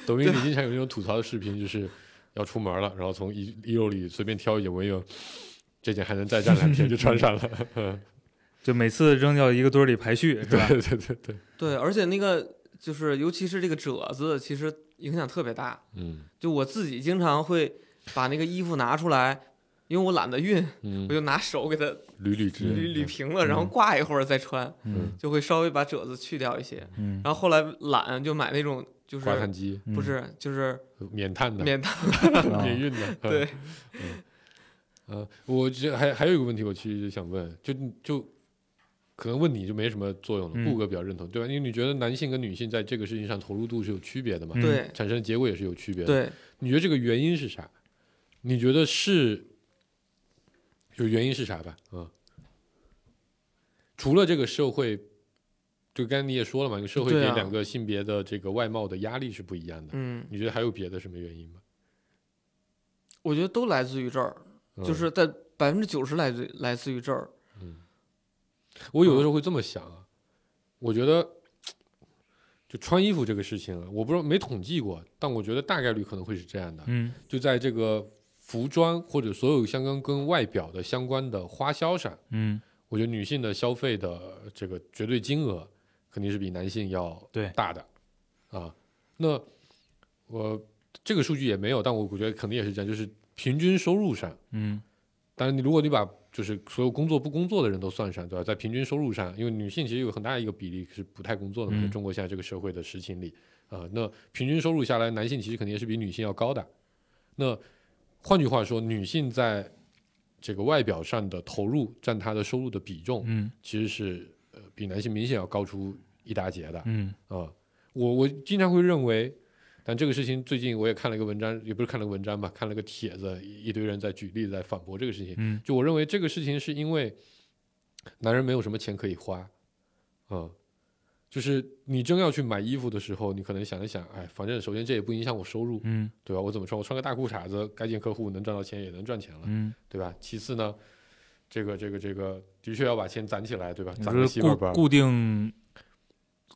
S5: 抖音
S3: 啊
S5: 里经常有那种吐槽的视频，就是要出门了，然后从衣衣肉里随便挑一件闻一闻，这件还能再站两天就穿上
S3: <laughs>
S5: 了。
S4: 就每次扔掉一个堆儿里排序是吧？
S5: <laughs> 对对对对，
S3: <laughs> 对，而且那个就是尤其是这个褶子，其实影响特别大。
S5: 嗯
S3: 就我自己经常会把那个衣服拿出来。因为我懒得熨，
S5: 嗯
S3: 我，就拿手给它
S5: 捋捋
S3: 捋
S5: 直，
S3: 捋
S5: 嗯
S3: 平了，然后挂一会儿再穿，
S4: 嗯
S3: 就会稍微把褶子去掉一些。
S5: <laughs>
S4: 嗯，
S3: 然后后来懒就买那种就是
S5: 挂烫机，呃
S4: 嗯
S3: 不是就是
S5: 免碳的，
S3: 免烫，
S5: <laughs>
S4: 啊
S5: 免运
S3: <laughs>
S5: 的。
S3: 哦
S5: 嗯
S3: 对，
S5: 嗯，呃，我这还还有一个问题，我其实想问，就就可能问你就没什么作用
S4: 嗯
S5: 了。顾哥比较认同，对吧？因为你觉得男性跟女性在这个事情上投入度是有区别的嘛，
S4: 嗯
S3: 对
S5: 产生的结果也是有区别的。
S3: 对，
S5: 你觉得这个原因是啥？你觉得是，就原因是啥吧？啊、除了这个社会，就刚才你也说了嘛，这个社会
S3: 对
S5: 给
S3: 啊
S5: 两个性别的这个外貌的压力是不一样的。
S3: 嗯，
S5: 你觉得还有别的什么原因吗？
S3: 我觉得都来自于这儿，
S5: 嗯
S3: 就是在百分之九十来自来自于这儿。
S5: 我有的时候会这么想啊，我觉得就穿衣服这个事情啊，我不知道没统计过，但我觉得大概率可能会是这样的。
S4: 嗯
S5: 就在这个服装或者所有相关跟外表的相关的花销上，
S4: 嗯
S5: 我觉得女性的消费的这个绝对金额肯定是比男性要
S4: 对
S5: 大的啊。那我这个数据也没有，但我我觉得肯定也是这样，就是平均收入上，
S4: 嗯
S5: 当然你如果你把就是所有工作不工作的人都算上，对吧？在平均收入上，因为女性其实有很大一个比例是不太工作的嘛，
S4: 嗯
S5: 在中国现在这个社会的实情里啊、那平均收入下来，男性其实肯定也是比女性要高的。那换句话说，女性在这个外表上的投入占她的收入的比重，
S4: 嗯
S5: 其实是呃比男性明显要高出一大截的啊、
S4: 嗯
S5: 我我经常会认为，但这个事情最近我也看了一个文章，也不是看了个文章吧，看了个帖子，一一堆人在举例在反驳这个事情。
S4: 嗯
S5: 就我认为这个事情是因为男人没有什么钱可以花，啊、就是你真要去买衣服的时候，你可能想一想，哎，反正首先这也不影响我收入，
S4: 嗯
S5: 对吧？我怎么穿？我穿个大裤衩子，该见客户能赚到钱也能赚钱了，
S4: 嗯，
S5: 对吧？其次呢，这个这个这个的确要把钱攒起来，对吧？攒
S4: 就是
S5: 个细本
S4: 固
S5: 本，
S4: 固定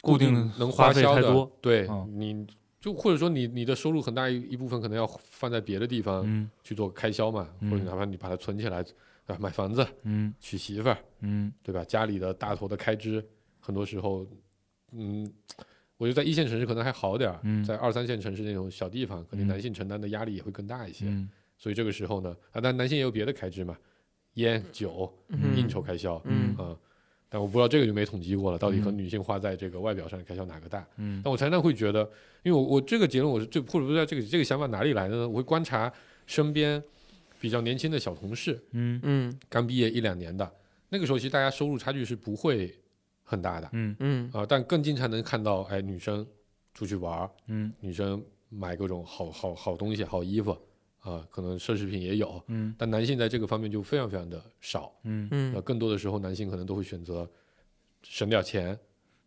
S4: 固定
S5: 能
S4: 花
S5: 花
S4: 费
S5: 销
S4: 太
S5: 的，
S4: 多，
S5: 对，
S4: 嗯
S5: 你就或者说你你的收入很大一一部分可能要放在别的地方
S4: 嗯
S5: 去做开销嘛，或者
S4: 嗯
S5: 哪怕你把它存起来，啊，买房子、
S4: 嗯
S5: 娶媳妇儿，
S4: 嗯
S5: 对吧？家里的大头的开支，很多时候，嗯，我觉得在一线城市可能还好点儿，
S4: 嗯
S5: 在二三线城市那种小地方，肯
S4: 嗯
S5: 定男性承担的压力也会更大一些。
S4: 嗯
S5: 所以这个时候呢，啊，但男性也有别的开支嘛，烟酒、
S3: 嗯，
S5: 应酬开销，
S3: 嗯
S5: 啊但我不知道这个就没统计过了，到底和
S4: 嗯
S5: 女性花在这个外表上的开销哪个大？
S4: 嗯
S5: 但我常常会觉得，因为我我这个结论我是最或者不知道这个这个想法哪里来的呢？我会观察身边比较年轻的小同事，
S4: 嗯
S3: 嗯
S5: 刚毕业一两年的，那个时候其实大家收入差距是不会很大的啊、
S4: 嗯
S3: 嗯
S5: 但更经常能看到，哎，女生出去玩儿，
S4: 嗯
S5: 女生买各种好好好东西、好衣服啊、可能奢侈品也有，
S4: 嗯
S5: 但男性在这个方面就非常非常的少。
S4: 嗯，
S5: 那、
S3: 嗯，
S5: 更多的时候，男性可能都会选择省点钱，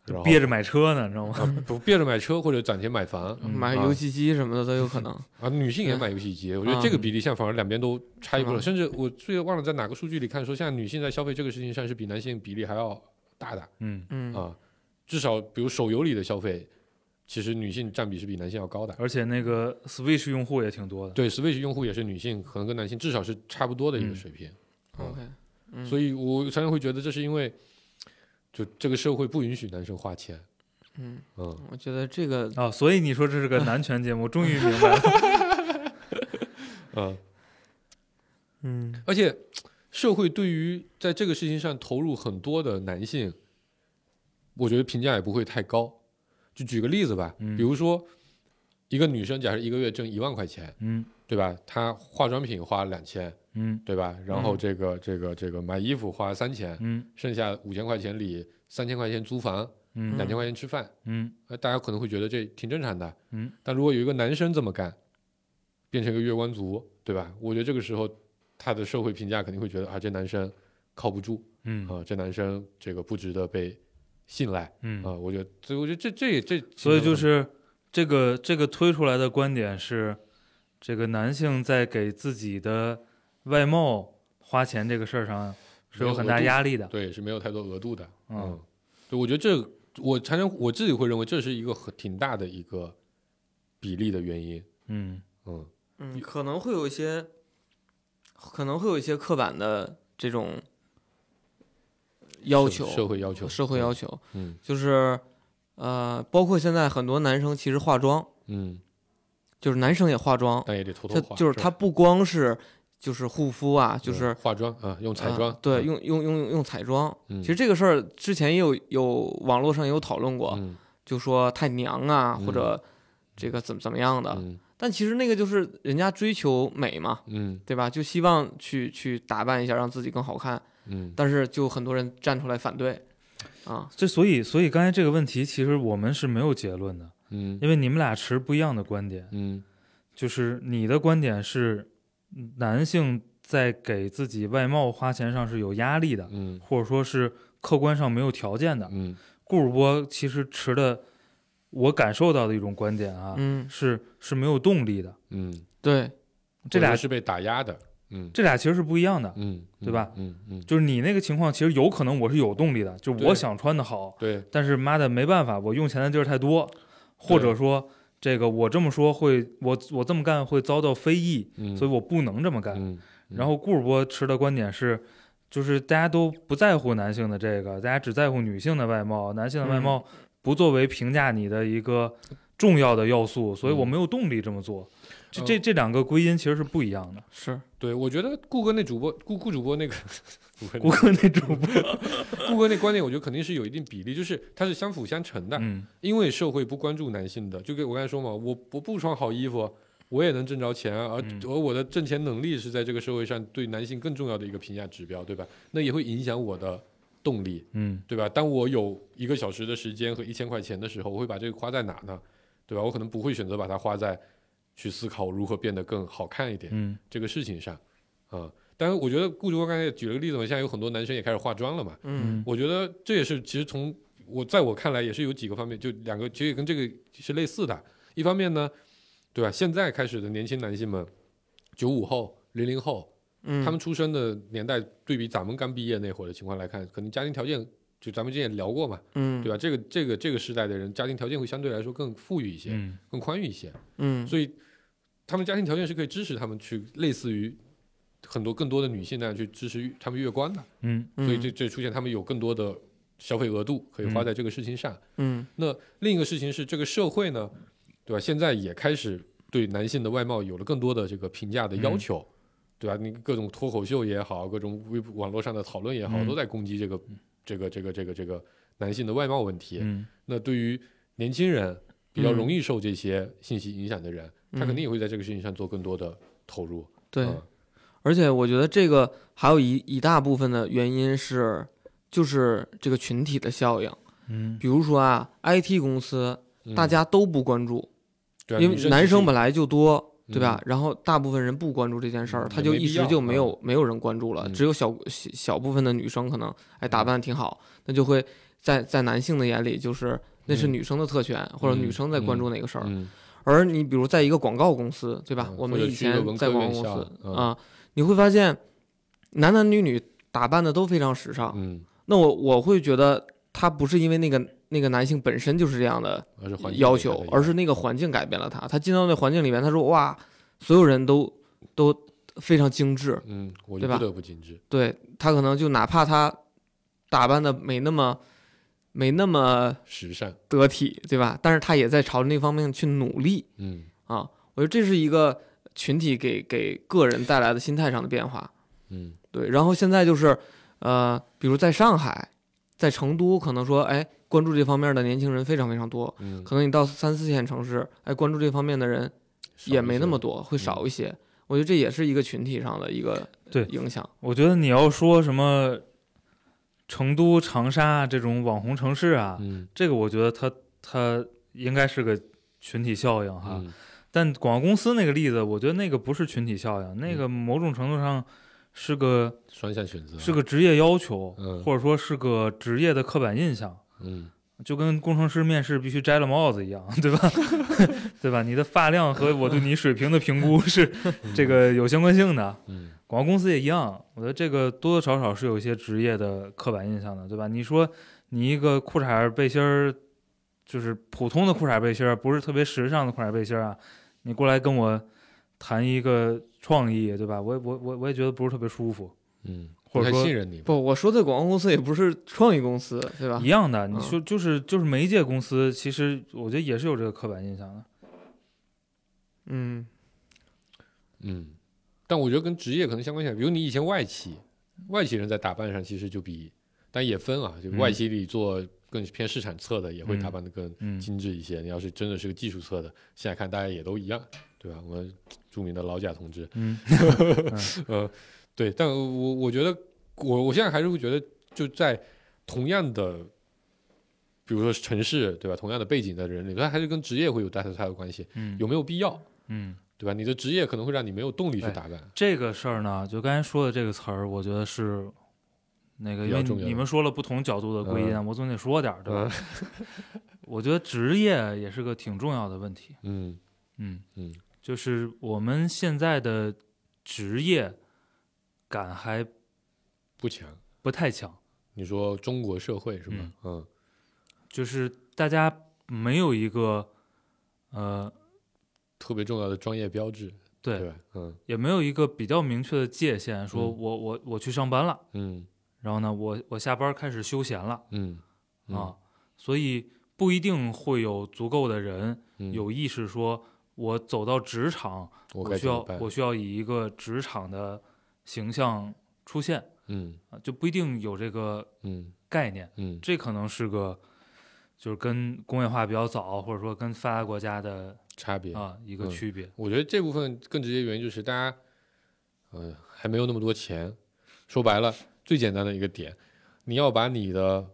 S5: 然后
S4: 憋着买车呢，知道吗？
S5: 啊不憋着买车或者攒钱买房
S4: 嗯
S3: 买个
S5: 啊
S3: 游戏机什么的都有可
S5: <laughs>
S3: 能。
S5: 啊。女性也买游戏机，我觉得这个比例现在反而两边都差异不少，
S3: 嗯
S5: 甚至我最忘了在哪个数据里看说，现在女性在消费这个事情上是比男性比例还要大的。
S4: <laughs> 嗯，
S3: 嗯
S5: 啊，至少比如手游里的消费，其实女性占比是比男性要高的。
S4: 而且那个 Switch 用户也挺多的，
S5: 对，Switch 用户也是女性，可能跟男性至少是差不多的一个
S4: 嗯
S5: 水平。
S3: ，OK，嗯
S5: 所以我常常会觉得，这是因为就这个社会不允许男生花钱。
S3: 嗯，
S5: 嗯，
S3: 我觉得这个
S4: 啊、所以你说这是个男权节目，我终于明白了。 <laughs>
S5: 呃，
S3: 嗯
S5: 而且社会对于在这个事情上投入很多的男性，我觉得评价也不会太高。就举个例子吧，
S4: 嗯
S5: 比如说一个女生，假设一个月挣一万块钱，
S4: 嗯
S5: 对吧？她化妆品花两千，
S4: 嗯
S5: 对吧？然后
S3: 嗯
S5: 这个、这个这个买衣服花三千，
S4: 嗯
S5: 剩下五千块钱里三千块钱租房，
S4: 嗯
S5: 两千块钱吃饭，
S4: 嗯
S5: 呃，大家可能会觉得这挺正常的。
S4: 嗯，
S5: 但如果有一个男生这么干，变成一个月光族，对吧？我觉得这个时候他的社会评价肯定会觉得啊，这男生靠不住
S4: 嗯
S5: 啊、这男生这个不值得被信赖
S4: 嗯
S5: 啊、我觉得，所以我觉得这这这，
S4: 所以就是这个这个推出来的观点是，这个男性在给自己的外貌花钱这个事儿上是有很大压力的。
S5: 对，是没有太多额度的。
S4: 嗯
S5: 嗯，对，我觉得这我常常我自己会认为这是一个很挺大的一个比例的原因。
S4: 嗯
S5: 嗯，
S3: 嗯，可能会有一些，可能会有一些刻板的这种要
S5: 社
S3: 求，
S5: 社会要求，
S3: 社会要求，
S5: 嗯
S3: 就是呃，包括现在很多男生其实化妆，
S5: 嗯，
S3: 就是男生也化妆，
S5: 但也得偷偷
S3: 他
S5: 化，
S3: 就是
S5: 吧
S3: 他不光是就是护肤啊，就
S5: 嗯
S3: 是
S5: 化妆啊，用彩
S3: 呃
S5: 妆，
S3: 对，
S5: 嗯，
S3: 用用用用彩妆。
S5: 嗯
S3: 其实这个事儿之前也有有网络上也有讨论过，
S5: 嗯
S3: 就说太娘啊，
S5: 嗯
S3: 或者这个怎么怎么
S4: 啊
S3: 样的。
S5: 嗯
S3: 但其实那个就是人家追求美嘛，
S5: 嗯
S3: 对吧？就希望去去打扮一下，让自己更好看。
S5: 嗯，
S3: 但是就很多人站出来反对，啊，
S4: 这所以所以刚才这个问题，其实我们是没有结论的，
S5: 嗯
S4: 因为你们俩持不一样的观点。
S5: 嗯
S4: 就是你的观点是，男性在给自己外貌花钱上是有压力的，
S5: 嗯
S4: 或者说是客观上没有条件的。
S5: 嗯
S4: 顾主播其实持的，我感受到的一种观点啊，
S3: 嗯，
S4: 是是没有动力的。
S5: 嗯，
S3: 对，
S4: 这俩
S5: 或者是被打压的，嗯
S4: 这俩其实是不一样的。
S5: 嗯，
S4: 对吧
S5: 嗯嗯，
S4: 就是你那个情况，其实有可能我是有动力的，就
S5: 对
S4: 我想穿的好，
S5: 对
S4: 但是妈的没办法，我用钱的地儿太多，或者说这个我这么说会，我我这么干会遭到非议，
S5: 嗯，
S4: 所以我不能这么干。
S5: 嗯
S4: 然后顾主播持的观点是，就是大家都不在乎男性的这个，大家只在乎女性的外貌，男性的
S5: 嗯
S4: 外貌不作为评价你的一个重要的要素，所以我
S5: 嗯
S4: 没有动力这么做。这
S5: 呃
S4: 这这两个归因其实是不一样的。
S3: 是，
S5: 对，我觉得顾哥那主播顾顾主播那个
S4: 顾客那主播，
S5: 顾哥那观点，我觉得肯定是有一定比例，就是它是相辅相成的，
S4: 嗯
S5: 因为社会不关注男性的，就跟我刚才说嘛，我我不穿好衣服。我也能挣着钱，啊而
S4: 嗯
S5: 而我的挣钱能力是在这个社会上对男性更重要的一个评价指标，对吧？那也会影响我的动力，
S4: 嗯
S5: 对吧？当我有一个小时的时间和一千块钱的时候，我会把这个花在哪呢？对吧？我可能不会选择把它花在去思考如何变得更好看一点
S4: 嗯
S5: 这个事情上，啊、当然，我觉得顾主播刚才也举了个例子嘛，现在有很多男生也开始化妆了嘛。
S3: 嗯，
S5: 我觉得这也是其实从我在我看来也是有几个方面，就两个其实也跟这个是类似的。一方面呢，对吧？现在开始的年轻男性们，九五后、零零后，
S3: 嗯，
S5: 他们出生的年代对比咱们刚毕业那会儿的情况来看，可能家庭条件就咱们之前也聊过嘛，
S3: 嗯，
S5: 对吧？这个这个这个时代的人，家庭条件会相对来说更富裕一些，
S4: 嗯
S5: 更宽裕一些，
S3: 嗯，
S5: 所以他们家庭条件是可以支持他们去类似于很多更多的女性那样去支持他们月光的，
S4: 嗯
S3: 嗯
S5: 所以这这出现他们有更多的消费额度可以花在这个事情上。
S3: 嗯
S5: 那另一个事情是，这个社会呢，对吧？现在也开始对男性的外貌有了更多的这个评价的
S3: 嗯
S5: 要求，对吧？你各种脱口秀也好，各种微博网络上的讨论也好，
S4: 嗯
S5: 都在攻击这个这个这个这个这个男性的外貌问题。
S4: 嗯
S5: 那对于年轻人比较
S3: 嗯
S5: 容易受这些信息影响的人，他肯定也会在这个事情上做更多的投入。
S3: 对，
S5: 嗯
S3: 而且我觉得这个还有一一大部分的原因是，就是这个群体的效应。
S4: 嗯
S3: 比如说啊，IT 公司
S5: 嗯
S3: 大家都不关注，
S5: 对啊
S3: 因为
S5: 女生
S3: 男
S5: 其实
S3: 生本来就多，对吧
S5: 嗯？
S3: 然后大部分人不关注这件事儿，
S5: 嗯
S3: 他
S5: 也
S3: 就
S5: 没
S3: 一
S5: 必
S3: 直
S5: 要
S3: 就没有
S5: 嗯
S3: 没有人关注了，
S5: 嗯
S3: 只有小小小部分的女生可能哎打扮挺好，那就会在在男性的眼里就是那是
S5: 嗯
S3: 女生的特权，或者
S5: 嗯
S3: 女生在关注哪个事儿。
S5: 嗯
S3: 而你比如在一个广告公司，对吧？
S5: 嗯
S3: 我们
S5: 或者
S3: 以
S5: 去一个
S3: 前
S5: 文
S3: 在
S5: 科
S3: 广告
S5: 院
S3: 公
S5: 校
S3: 司
S5: 嗯
S3: 啊，你会发现男男女女打扮的都非常时尚。
S5: 嗯，
S3: 那我我会觉得他不是因为那个那个男性本身就是这样的
S5: 而是环境
S3: 要
S5: 给他
S3: 求
S5: 的，
S3: 而是那个环境改变了他。他进到那环境里面，他说哇，所有人都都非常精致，
S5: 嗯，我就
S3: 对吧
S5: 不得不精致。
S3: 对他可能就哪怕他打扮的没那么没那么
S5: 时尚，
S3: 得体，对吧？但是他也在朝着那方面去努力。
S5: 嗯
S3: 啊，我觉得这是一个群体给给个人带来的心态上的变化。
S5: 嗯
S3: 对，然后现在就是，呃，比如在上海，在成都，可能说，哎，关注这方面的年轻人非常非常多。
S5: 嗯，
S3: 可能你到三四线城市，哎，关注这方面的人也没那么
S5: 多。
S3: 多，会少一些。我觉得这也是一个群体上的一个
S4: 对
S3: 影响。
S4: 我觉得你要说什么成都、长沙这种网红城市啊，
S5: 嗯
S4: 这个我觉得它它应该是个群体效应哈。
S5: 嗯
S4: 但广告公司那个例子，我觉得那个不是群体效应，那个某种程度上是个、
S5: 双向选择
S4: 是个职业要求，
S5: 嗯
S4: 或者说是个职业的刻板印象，
S5: 嗯
S4: 就跟工程师面试必须摘了帽子一样， <laughs> 对吧？对吧？你的发量和我对你水平的评估是这个有相关性的。
S5: 嗯
S4: 广告公司也一样，我觉得这个多多少少是有一些职业的刻板印象的，对吧？你说你一个裤衩儿背心儿，就是普通的裤衩儿背心儿，不是特别时尚的裤衩儿背心儿啊，你过来跟我谈一个创意，对吧？我也我我我也觉得不是特别舒服，
S5: 嗯，
S4: 或者
S5: 不太
S4: 说
S5: 信任你吧，
S3: 不，我说的广告公司也不是创意公司，对吧
S4: 一？样的。你说就是就是媒介公司，其实我觉得也是有这个刻板印象的。
S3: 嗯，
S5: 嗯，但我觉得跟职业可能相关性，比如你以前外企，外企人在打扮上其实就比，但也分啊，就
S4: 嗯
S5: 外企里做更偏市场侧的也会
S4: 嗯
S5: 打扮的更
S4: 嗯
S5: 精致一些，你要是真的是个技术侧的，现在看大家也都一样，对吧？我们著名的老贾同志，
S4: 嗯
S5: 呃，对，但我我觉得我我现在还是会觉得，就在同样的比如说城市对吧，同样的背景的人里，它还是跟职业会有太太有关系，
S4: 嗯
S5: 有没有必要
S4: 嗯，
S5: 对吧？你的职业可能会让你没有动力去
S4: 哎
S5: 打扮，
S4: 这个事儿呢，就刚才说的这个词儿，我觉得是那个，
S5: 比
S4: 因
S5: 较
S4: 为
S5: 重要
S4: 你们说了不同角度的归因啊，我总得说点儿，对吧？
S5: 嗯
S4: <laughs> 我觉得职业也是个挺重要的问题，
S5: 嗯
S4: 嗯
S5: 嗯，
S4: 就是我们现在的职业感还
S5: 不强。
S4: 不太强，
S5: 你说中国社会是吧？嗯
S4: 就是大家没有一个呃，
S5: 特别重要的专业标志，对
S4: 对，
S5: 吧？嗯
S4: 也没有一个比较明确的界限，说
S5: 嗯
S4: 我我我去上班了，
S5: 嗯
S4: 然后呢，我我下班开始休闲了。
S5: 嗯嗯
S4: 啊，所以不一定会有足够的人
S5: 嗯，
S4: 有意识说，我走到职场，
S5: 我
S4: 我
S5: 该
S4: 需
S5: 怎么
S4: 要
S5: 办？
S4: 我需要以一个职场的形象出现
S5: 嗯
S4: 啊，就不一定有这个
S5: 嗯
S4: 概念。
S5: 嗯
S4: 这可能是个，就是跟工业化比较早，或者说跟发达国家的
S5: 差别。
S4: 啊一个
S5: 嗯
S4: 区
S5: <laughs>
S4: 别。
S5: 我觉得这部分更直接原因就是大家，呃，还没有那么多钱。说白了，最简单的一个点，你要把你的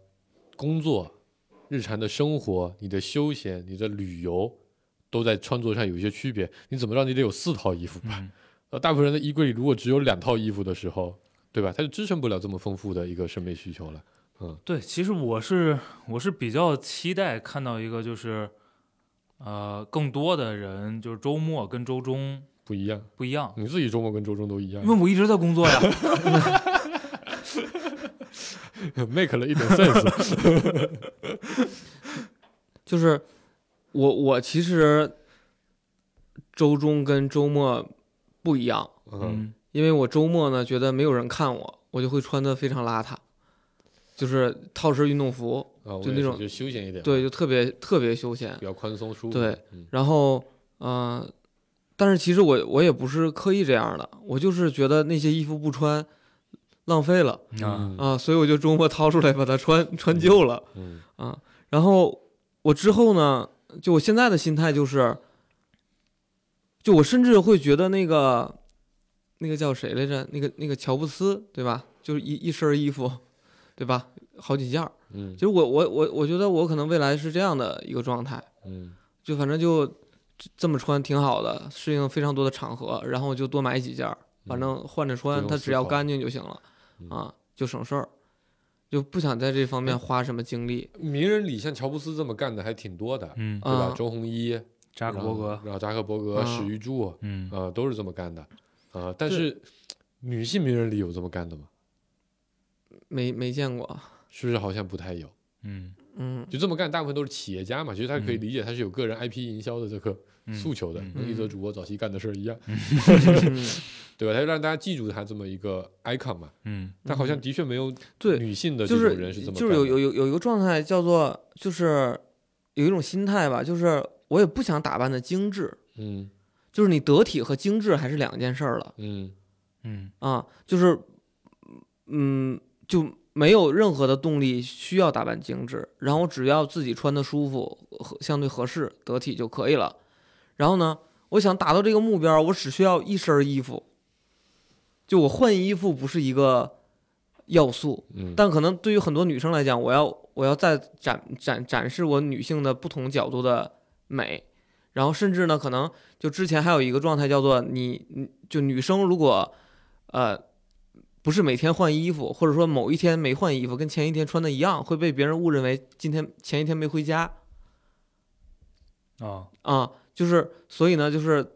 S5: 工作、日常的生活、你的休闲、你的旅游，都在穿着上有一些区别。你怎么让你得有四套衣服吧？
S4: 嗯
S5: 呃，大部分人的衣柜里如果只有两套衣服的时候，对吧？他就支撑不了这么丰富的一个审美需求了。
S4: 对，其实我是我是比较期待看到一个就是，呃，更多的人就是周末跟周中
S5: 不一样，
S4: 不一样，
S5: 你自己周末跟周中都一样
S4: 因为我一直在工作呀。
S3: 嗯
S5: ，make 了一点
S3: <laughs>
S5: sense。嗯
S3: 就是我我其实周中跟周末不一样，
S5: 嗯，
S3: 因为我周末呢觉得没有人看我，我就会穿的非常邋遢，就是套式运动服，
S5: 啊，我
S3: 就那
S5: 也是
S3: 种
S5: 就休闲一点，
S3: 对，，就特别特别休闲
S5: 比。较宽松舒服。
S3: 对，
S5: 嗯
S3: 然后，嗯、但是其实我我也不是刻意这样的，我就是觉得那些衣服不穿浪费了
S4: 啊，
S5: 嗯
S3: 啊、所以我就周末掏出来把它穿穿旧了。
S5: 嗯
S3: 啊，然后我之后呢，就我现在的心态就是，就我甚至会觉得那个那个叫谁来着？那个那个乔布斯对吧？就是一一身衣服，对吧？好几件儿。
S5: 嗯
S3: 其实我我我我觉得我可能未来是这样的一个状态，
S5: 嗯
S3: 就反正就这这么穿挺好的，适应非常多的场合，然后就多买几件儿，反正换着
S5: 嗯不
S3: 穿，
S5: 用
S3: 它
S5: 思
S3: 只要
S5: 考
S3: 干净就行了
S5: 嗯
S3: 啊，就省事儿，就不想在这方面花什么精力。
S5: 名人里像乔布斯这么干的还挺多的，
S4: 嗯，
S5: 对吧？
S3: 啊
S5: 周鸿祎、
S4: 扎克伯
S5: 然
S4: 格
S5: 后，然后扎克伯格、
S3: 啊
S5: 史玉柱，
S4: 嗯，
S5: 呃，都是这么干的。啊，但
S3: 对
S5: 是女性名人里有这么干的吗？
S3: 没没见过，
S5: 是不是好像不太有？
S4: 嗯
S5: <laughs>
S3: 嗯，
S5: 就这么干，大部分都是企业家嘛。其实他可以
S4: 嗯
S5: 理解，他是有个人 IP 营销的这个
S4: 嗯，
S5: 诉求的，
S4: 嗯
S5: 跟一则主播早期干的事儿一样，
S3: 嗯
S5: 对吧？他就让大家记住他这么一个 icon 嘛。
S4: 嗯
S5: 但好像的确没有
S3: 对
S5: 女性的
S3: 就
S5: 这
S3: 是
S5: 种人这么
S3: 就是有有
S5: 有
S3: 有有一个状态叫做就是有一种心态吧，就是我也不想打扮的精致，
S5: 嗯
S3: 就是你得体和精致还是两件事儿了
S5: 嗯
S4: 嗯
S3: 啊，就是嗯就没有任何的动力需要打扮精致，然后只要自己穿的舒服和相对合适得体就可以了。然后呢，我想达到这个目标，我只需要一身衣服，就我换衣服不是一个要素，
S5: 嗯，
S3: 但可能对于很多女生来讲，我要我要再展展展示我女性的不同角度的美，然后甚至呢，可能就之前还有一个状态叫做你你就女生如果呃不是每天换衣服，或者说某一天没换衣服，跟前一天穿的一样，会被别人误认为今天前一天没回家
S4: 啊，
S3: 啊，就是所以呢，就是。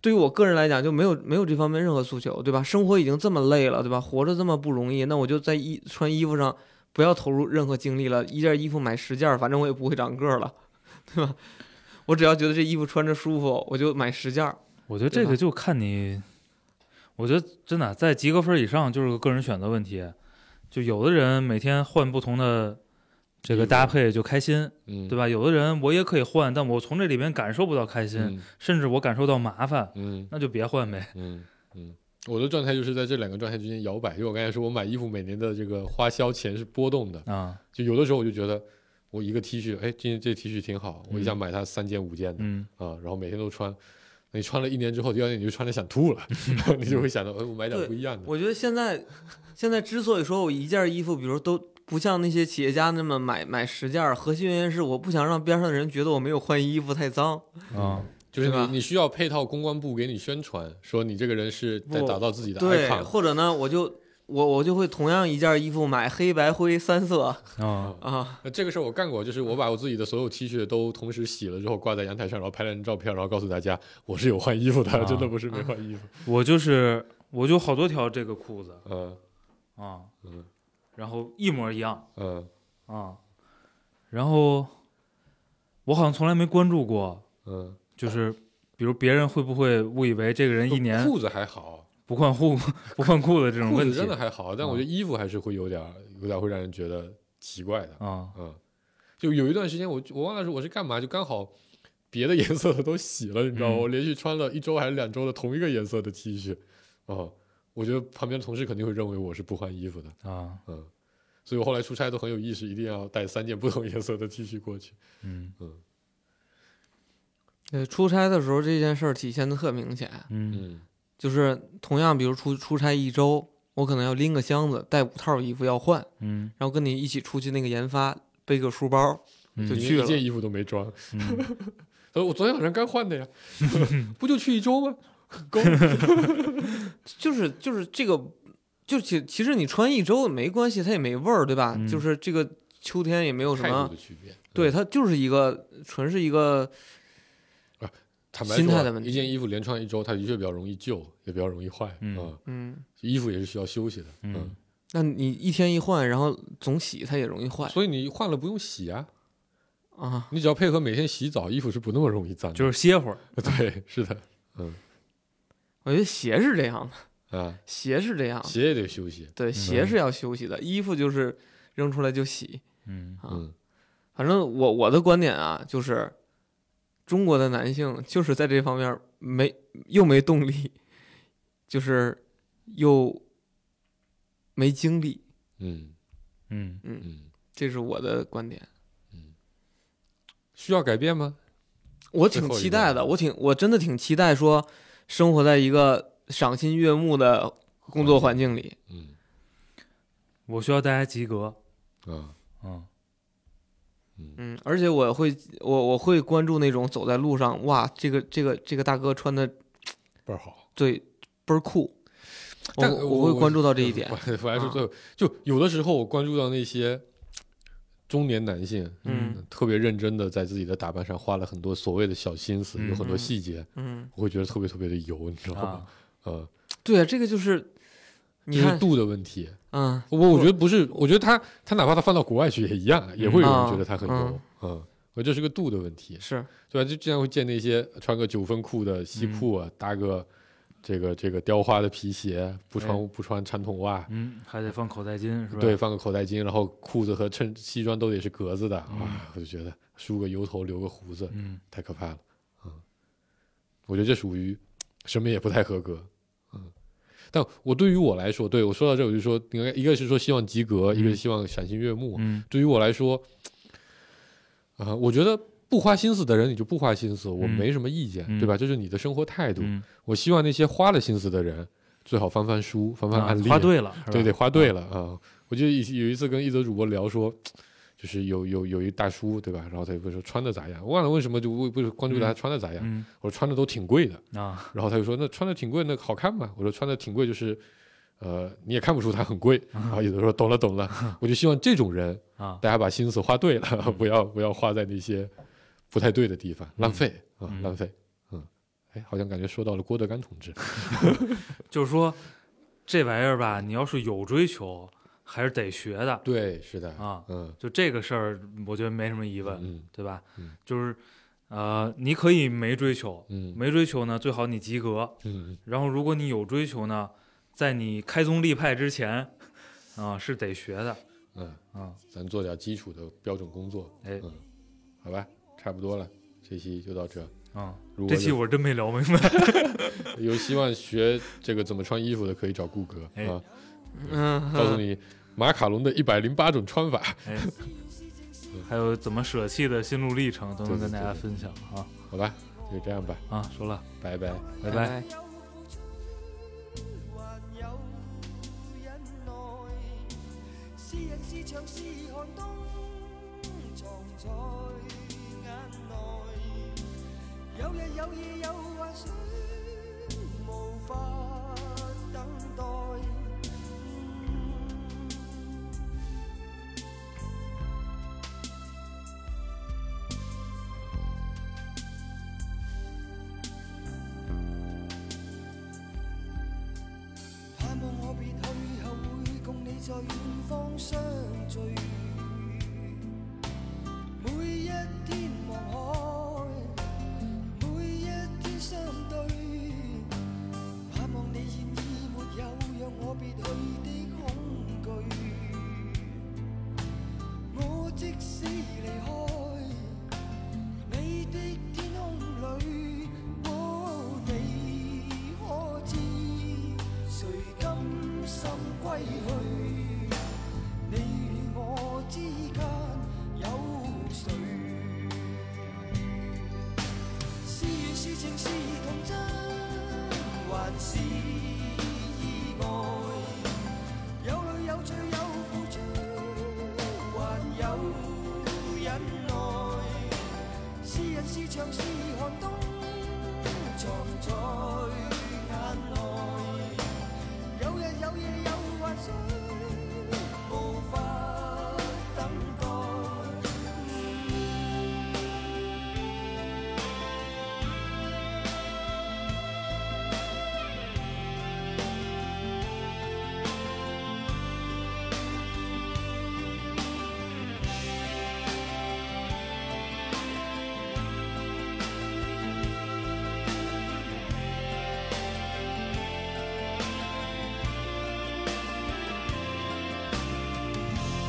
S3: 对于我个人来讲，就没有没有这方面任何诉求，对吧？生活已经这么累了，对吧？活着这么不容易，那我就在衣穿衣服上不要投入任何精力了，一件衣服买十件儿，反正我也不会长个儿了， <laughs> 对吧？我只要觉得这衣服穿着舒服，我就买十件儿。
S4: 我觉得这
S3: 对吧
S4: 个就看你，我觉得真的在及格分以上就是个个人选择问题，就有的人每天换不同的这
S5: 衣
S4: 个
S5: 服
S4: 搭配就开心，
S5: 嗯
S4: 对吧？有的人我也可以换，但我从这里边感受不到开心，
S5: 嗯
S4: 甚至我感受到麻烦，
S5: 嗯
S4: 那就别换呗。
S5: 嗯嗯，我的状态就是在这两个状态之间摇摆，因为我刚才说我买衣服每年的这个花销钱是波动的，
S4: 啊，
S5: 就有的时候我就觉得我一个 T 恤，哎，今天这 T 恤挺好，我就想买它三件五件的
S4: 嗯
S5: 啊，然后每天都穿。你穿了一年之后，第二天你就穿的想吐了， <laughs> 你就会想到，哎，我买点
S3: 对
S5: 不一样的。
S3: 我觉得现在，现在之所以说我一件衣服，比如都不像那些企业家那么买买十件儿，核心原因是我不想让边上的人觉得我没有换衣服太脏。
S4: 啊，
S5: 就是
S3: 是吧
S5: 你你需要配套公关部给你宣传，说你这个人是在
S3: 不
S5: 打造自己的
S3: 对，
S5: icon，
S3: 或者呢，我就我我就会同样一件衣服买黑白灰三色
S4: 啊，
S3: 啊，
S5: 那这个事儿我干过，就是我把我自己的所有 T 恤都同时洗了之后挂在阳台上，然后拍了张照片，然后告诉大家我是有换衣服的，
S4: 啊
S5: 真的不是没换衣服。
S4: 我就是我就好多条这个裤子
S5: 嗯
S4: 啊，
S5: 嗯
S4: 然后一模一样
S5: 嗯
S4: 啊，然后我好像从来没关注过，
S5: 嗯，
S4: 就是比如别人会不会误以为这个人一年
S5: 裤子还好，
S4: 不换裤 <laughs> 不换裤子这种
S5: 裤
S4: 问
S5: 子
S4: 题嗯
S5: 真的还好，但我觉得衣服还是会有点儿有点儿会让人觉得奇怪的。
S4: 啊
S5: 嗯，就有一段时间我我忘了是我是干嘛，就刚好别的颜色的都洗了，你知道吗？
S4: 嗯
S5: 我连续穿了一周还是两周的同一个颜色的 T 恤，哦、我觉得旁边的同事肯定会认为我是不换衣服的，
S4: 啊
S5: 嗯，所以我后来出差都很有意识，一定要带三件不同颜色的 T 恤过去。
S4: 嗯
S3: 对，出差的时候这件事儿体现的特明显，
S4: 嗯
S5: 嗯
S3: 就是同样，比如出出差一周，我可能要拎个箱子，带五套衣服要换，
S4: 嗯
S3: 然后跟你一起出去那个研发，背个书包，
S4: 嗯
S3: 就
S5: 你
S3: 去
S5: 连
S3: 了
S5: 一件衣服都没装，
S4: 嗯
S5: <laughs> 他说我昨天晚上刚换
S3: <laughs>
S5: 的呀， <laughs> 不就去一周吗？够
S3: 就是就是这个，就其其实你穿一周也没关系，它也没味儿，对吧？
S4: 嗯
S3: 就是这个秋天也没有什
S5: 态度
S3: 么，
S5: 的区别。
S3: 对，它就是一个纯是一个
S5: 坦白
S3: 心
S5: 说
S3: 态
S5: 啊
S3: 的问题
S5: 一件衣服连穿一周，它的确比较容易旧，也比较容易坏。
S4: 嗯
S5: 啊
S3: 嗯。
S5: 衣服也是需要休息的。嗯
S4: 嗯，
S3: 那你一天一换，然后总洗，它也容易坏
S5: 啊所以你换了不用洗啊，
S3: 啊。
S5: 你只要配合每天洗澡，衣服是不那么容易脏的。
S4: 就是歇会儿
S5: <laughs> 对，是的
S3: 我觉得鞋是这样的，
S5: 啊，
S3: 鞋是这样的，
S5: 鞋也嗯得休息。
S3: 对，鞋是要休息的，衣服就是扔出来就洗
S4: 嗯
S3: 啊。
S5: 嗯，
S3: 反正我我的观点啊，就是中国的男性就是在这方面没又没动力，就是又没精力，
S5: 嗯
S4: 嗯
S5: 嗯，
S3: 这是我的观点。
S5: 需要改变吗？
S3: 我
S5: 最
S3: 挺
S5: 后一
S3: 期
S5: 个
S3: 待的，我挺我真的挺期待说生活在一个赏心悦目的工作环境里。
S5: 嗯
S4: 我需要大家及格
S5: 啊
S4: 嗯
S5: 嗯
S3: 嗯，而且我会我我会关注那种走在路上，哇，这个这个这个大哥穿的
S5: 倍儿好。
S3: 对倍儿酷，我
S5: 但
S3: 我
S5: 我
S3: 会关注到这一点嗯
S5: 我。我还是最后，就有的时候我关注到那些中年男性，
S3: 嗯
S5: 嗯特别认真的在自己的打扮上花了很多所谓的小心思，
S4: 嗯
S5: 有很多
S3: 嗯
S5: 细节，
S3: 嗯，
S5: 我会觉得特别特别的油，你知道吗
S4: 啊？
S5: 呃，
S3: 对啊，这个就是
S5: 这
S3: 你
S5: 是
S3: 看，
S5: 度的问题。
S3: 嗯，
S5: 我我觉得不是，我觉得他他哪怕他放到国外去也一样，也会有人
S3: 啊
S5: 觉得他很油。嗯
S3: 嗯
S5: 我觉得这是个度的问题，
S3: 是
S5: 对吧？就经常会见那些穿个九分裤的西裤
S3: 嗯
S5: 啊，搭个这个这个雕花的皮鞋，不穿、
S4: 哎
S5: 不穿传统袜，
S4: 嗯，还得放口袋巾是吧？
S5: 对，，放个口袋巾，然后裤子和衬西装都得是格子的，
S4: 嗯
S5: 啊，我就觉得梳个油头，留个胡子，
S4: 嗯
S5: 太可怕了。嗯，我觉得这属于审美也不太合格。嗯，但我对于我来说，对我说到这，我就说，应该一个是说希望及格，一个是希望赏心悦目。
S4: 嗯
S5: 对于我来说，啊、我觉得不花心思的人，你就不花心思，我
S4: 嗯
S5: 没什么意见，
S4: 嗯
S5: 对吧？这是你的生活态度。
S4: 嗯，
S5: 我希望那些花了心思的人，最好翻翻书，翻翻
S4: 啊
S5: 案例，
S4: 花对了，是吧嗯
S5: 对，得花对了啊、我记得以有一次跟一则主播聊说，就是有有有一大叔对吧？然后他就会说穿的咋样？我忘了为什么就不不是关注他穿的咋样？
S4: 嗯
S5: 我说穿的都挺贵的。
S4: 啊
S5: 然后他就说那穿的挺贵，那好看吗？我说穿的挺贵就是，呃，你也看不出它很贵。然后有的说懂了懂了，我就希望这种人
S4: 嗯啊，嗯
S5: 大家把心思花对了， <laughs> 不要不要花在那些不太对的地方，浪费啊、
S4: 嗯
S5: 浪费。嗯，哎，好像感觉说到了郭德纲同志。
S4: 就是说这玩意儿吧，你要是有追求，还是得学的
S5: 对，是的，
S4: 啊。
S5: 嗯
S4: 就这个事儿，我觉得没什么疑问，
S5: 嗯
S4: 对吧
S5: 嗯？
S4: 就是呃，你可以没追求，
S5: 嗯
S4: 没追求呢，最好你及格。
S5: 嗯
S4: 然后如果你有追求呢，在你开宗立派之前啊，是得学的
S5: 嗯。
S4: 啊。
S5: 咱做点基础的标准工作，
S4: 哎
S5: 嗯，好吧，差不多了，这期就到这。
S4: 啊，
S5: 如果
S4: 这期
S5: 有
S4: 我真没聊明白。
S5: 有希望学这个怎么穿衣服的，可以找顾哥
S4: 哎
S5: 啊，
S3: 嗯，
S5: 告诉你马卡龙的一百零八种穿法，
S4: 哎，还有怎么舍弃的心路历程都能
S5: 对对
S4: 跟大家
S5: 对
S4: 分享啊
S5: 好吧，就这样吧，
S4: 啊！说了，
S5: 拜拜。
S3: 拜
S4: 拜拜。
S2: 有付出，还有忍耐，是人生是長是寒冬，藏在眼內。有日有夜有幻想，無法等待。盼望我別去後會共你在遠方相聚。每一天望海，每一天相對，盼望你現已沒有讓我別去的恐懼。我即使離開你的天空裏，哦，你可知？谁甘心归去？你与我之间有谁？是缘是情是童真，还是意外？有泪有罪有付出，还有忍耐。是人是牆是寒冬，藏在眼內。有日有夜有幻想，無法等待。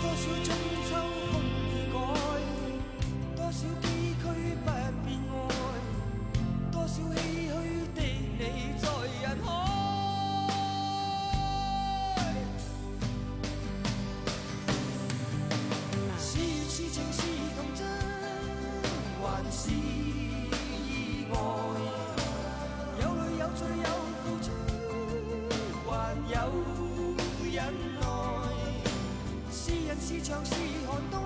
S2: 多少春秋風雨改，多少崎嶇不變愛，多少唏噓的你在人海。是緣是情是童真，還是意外？有淚有罪有付出，還有忍耐。是人是牆是寒冬，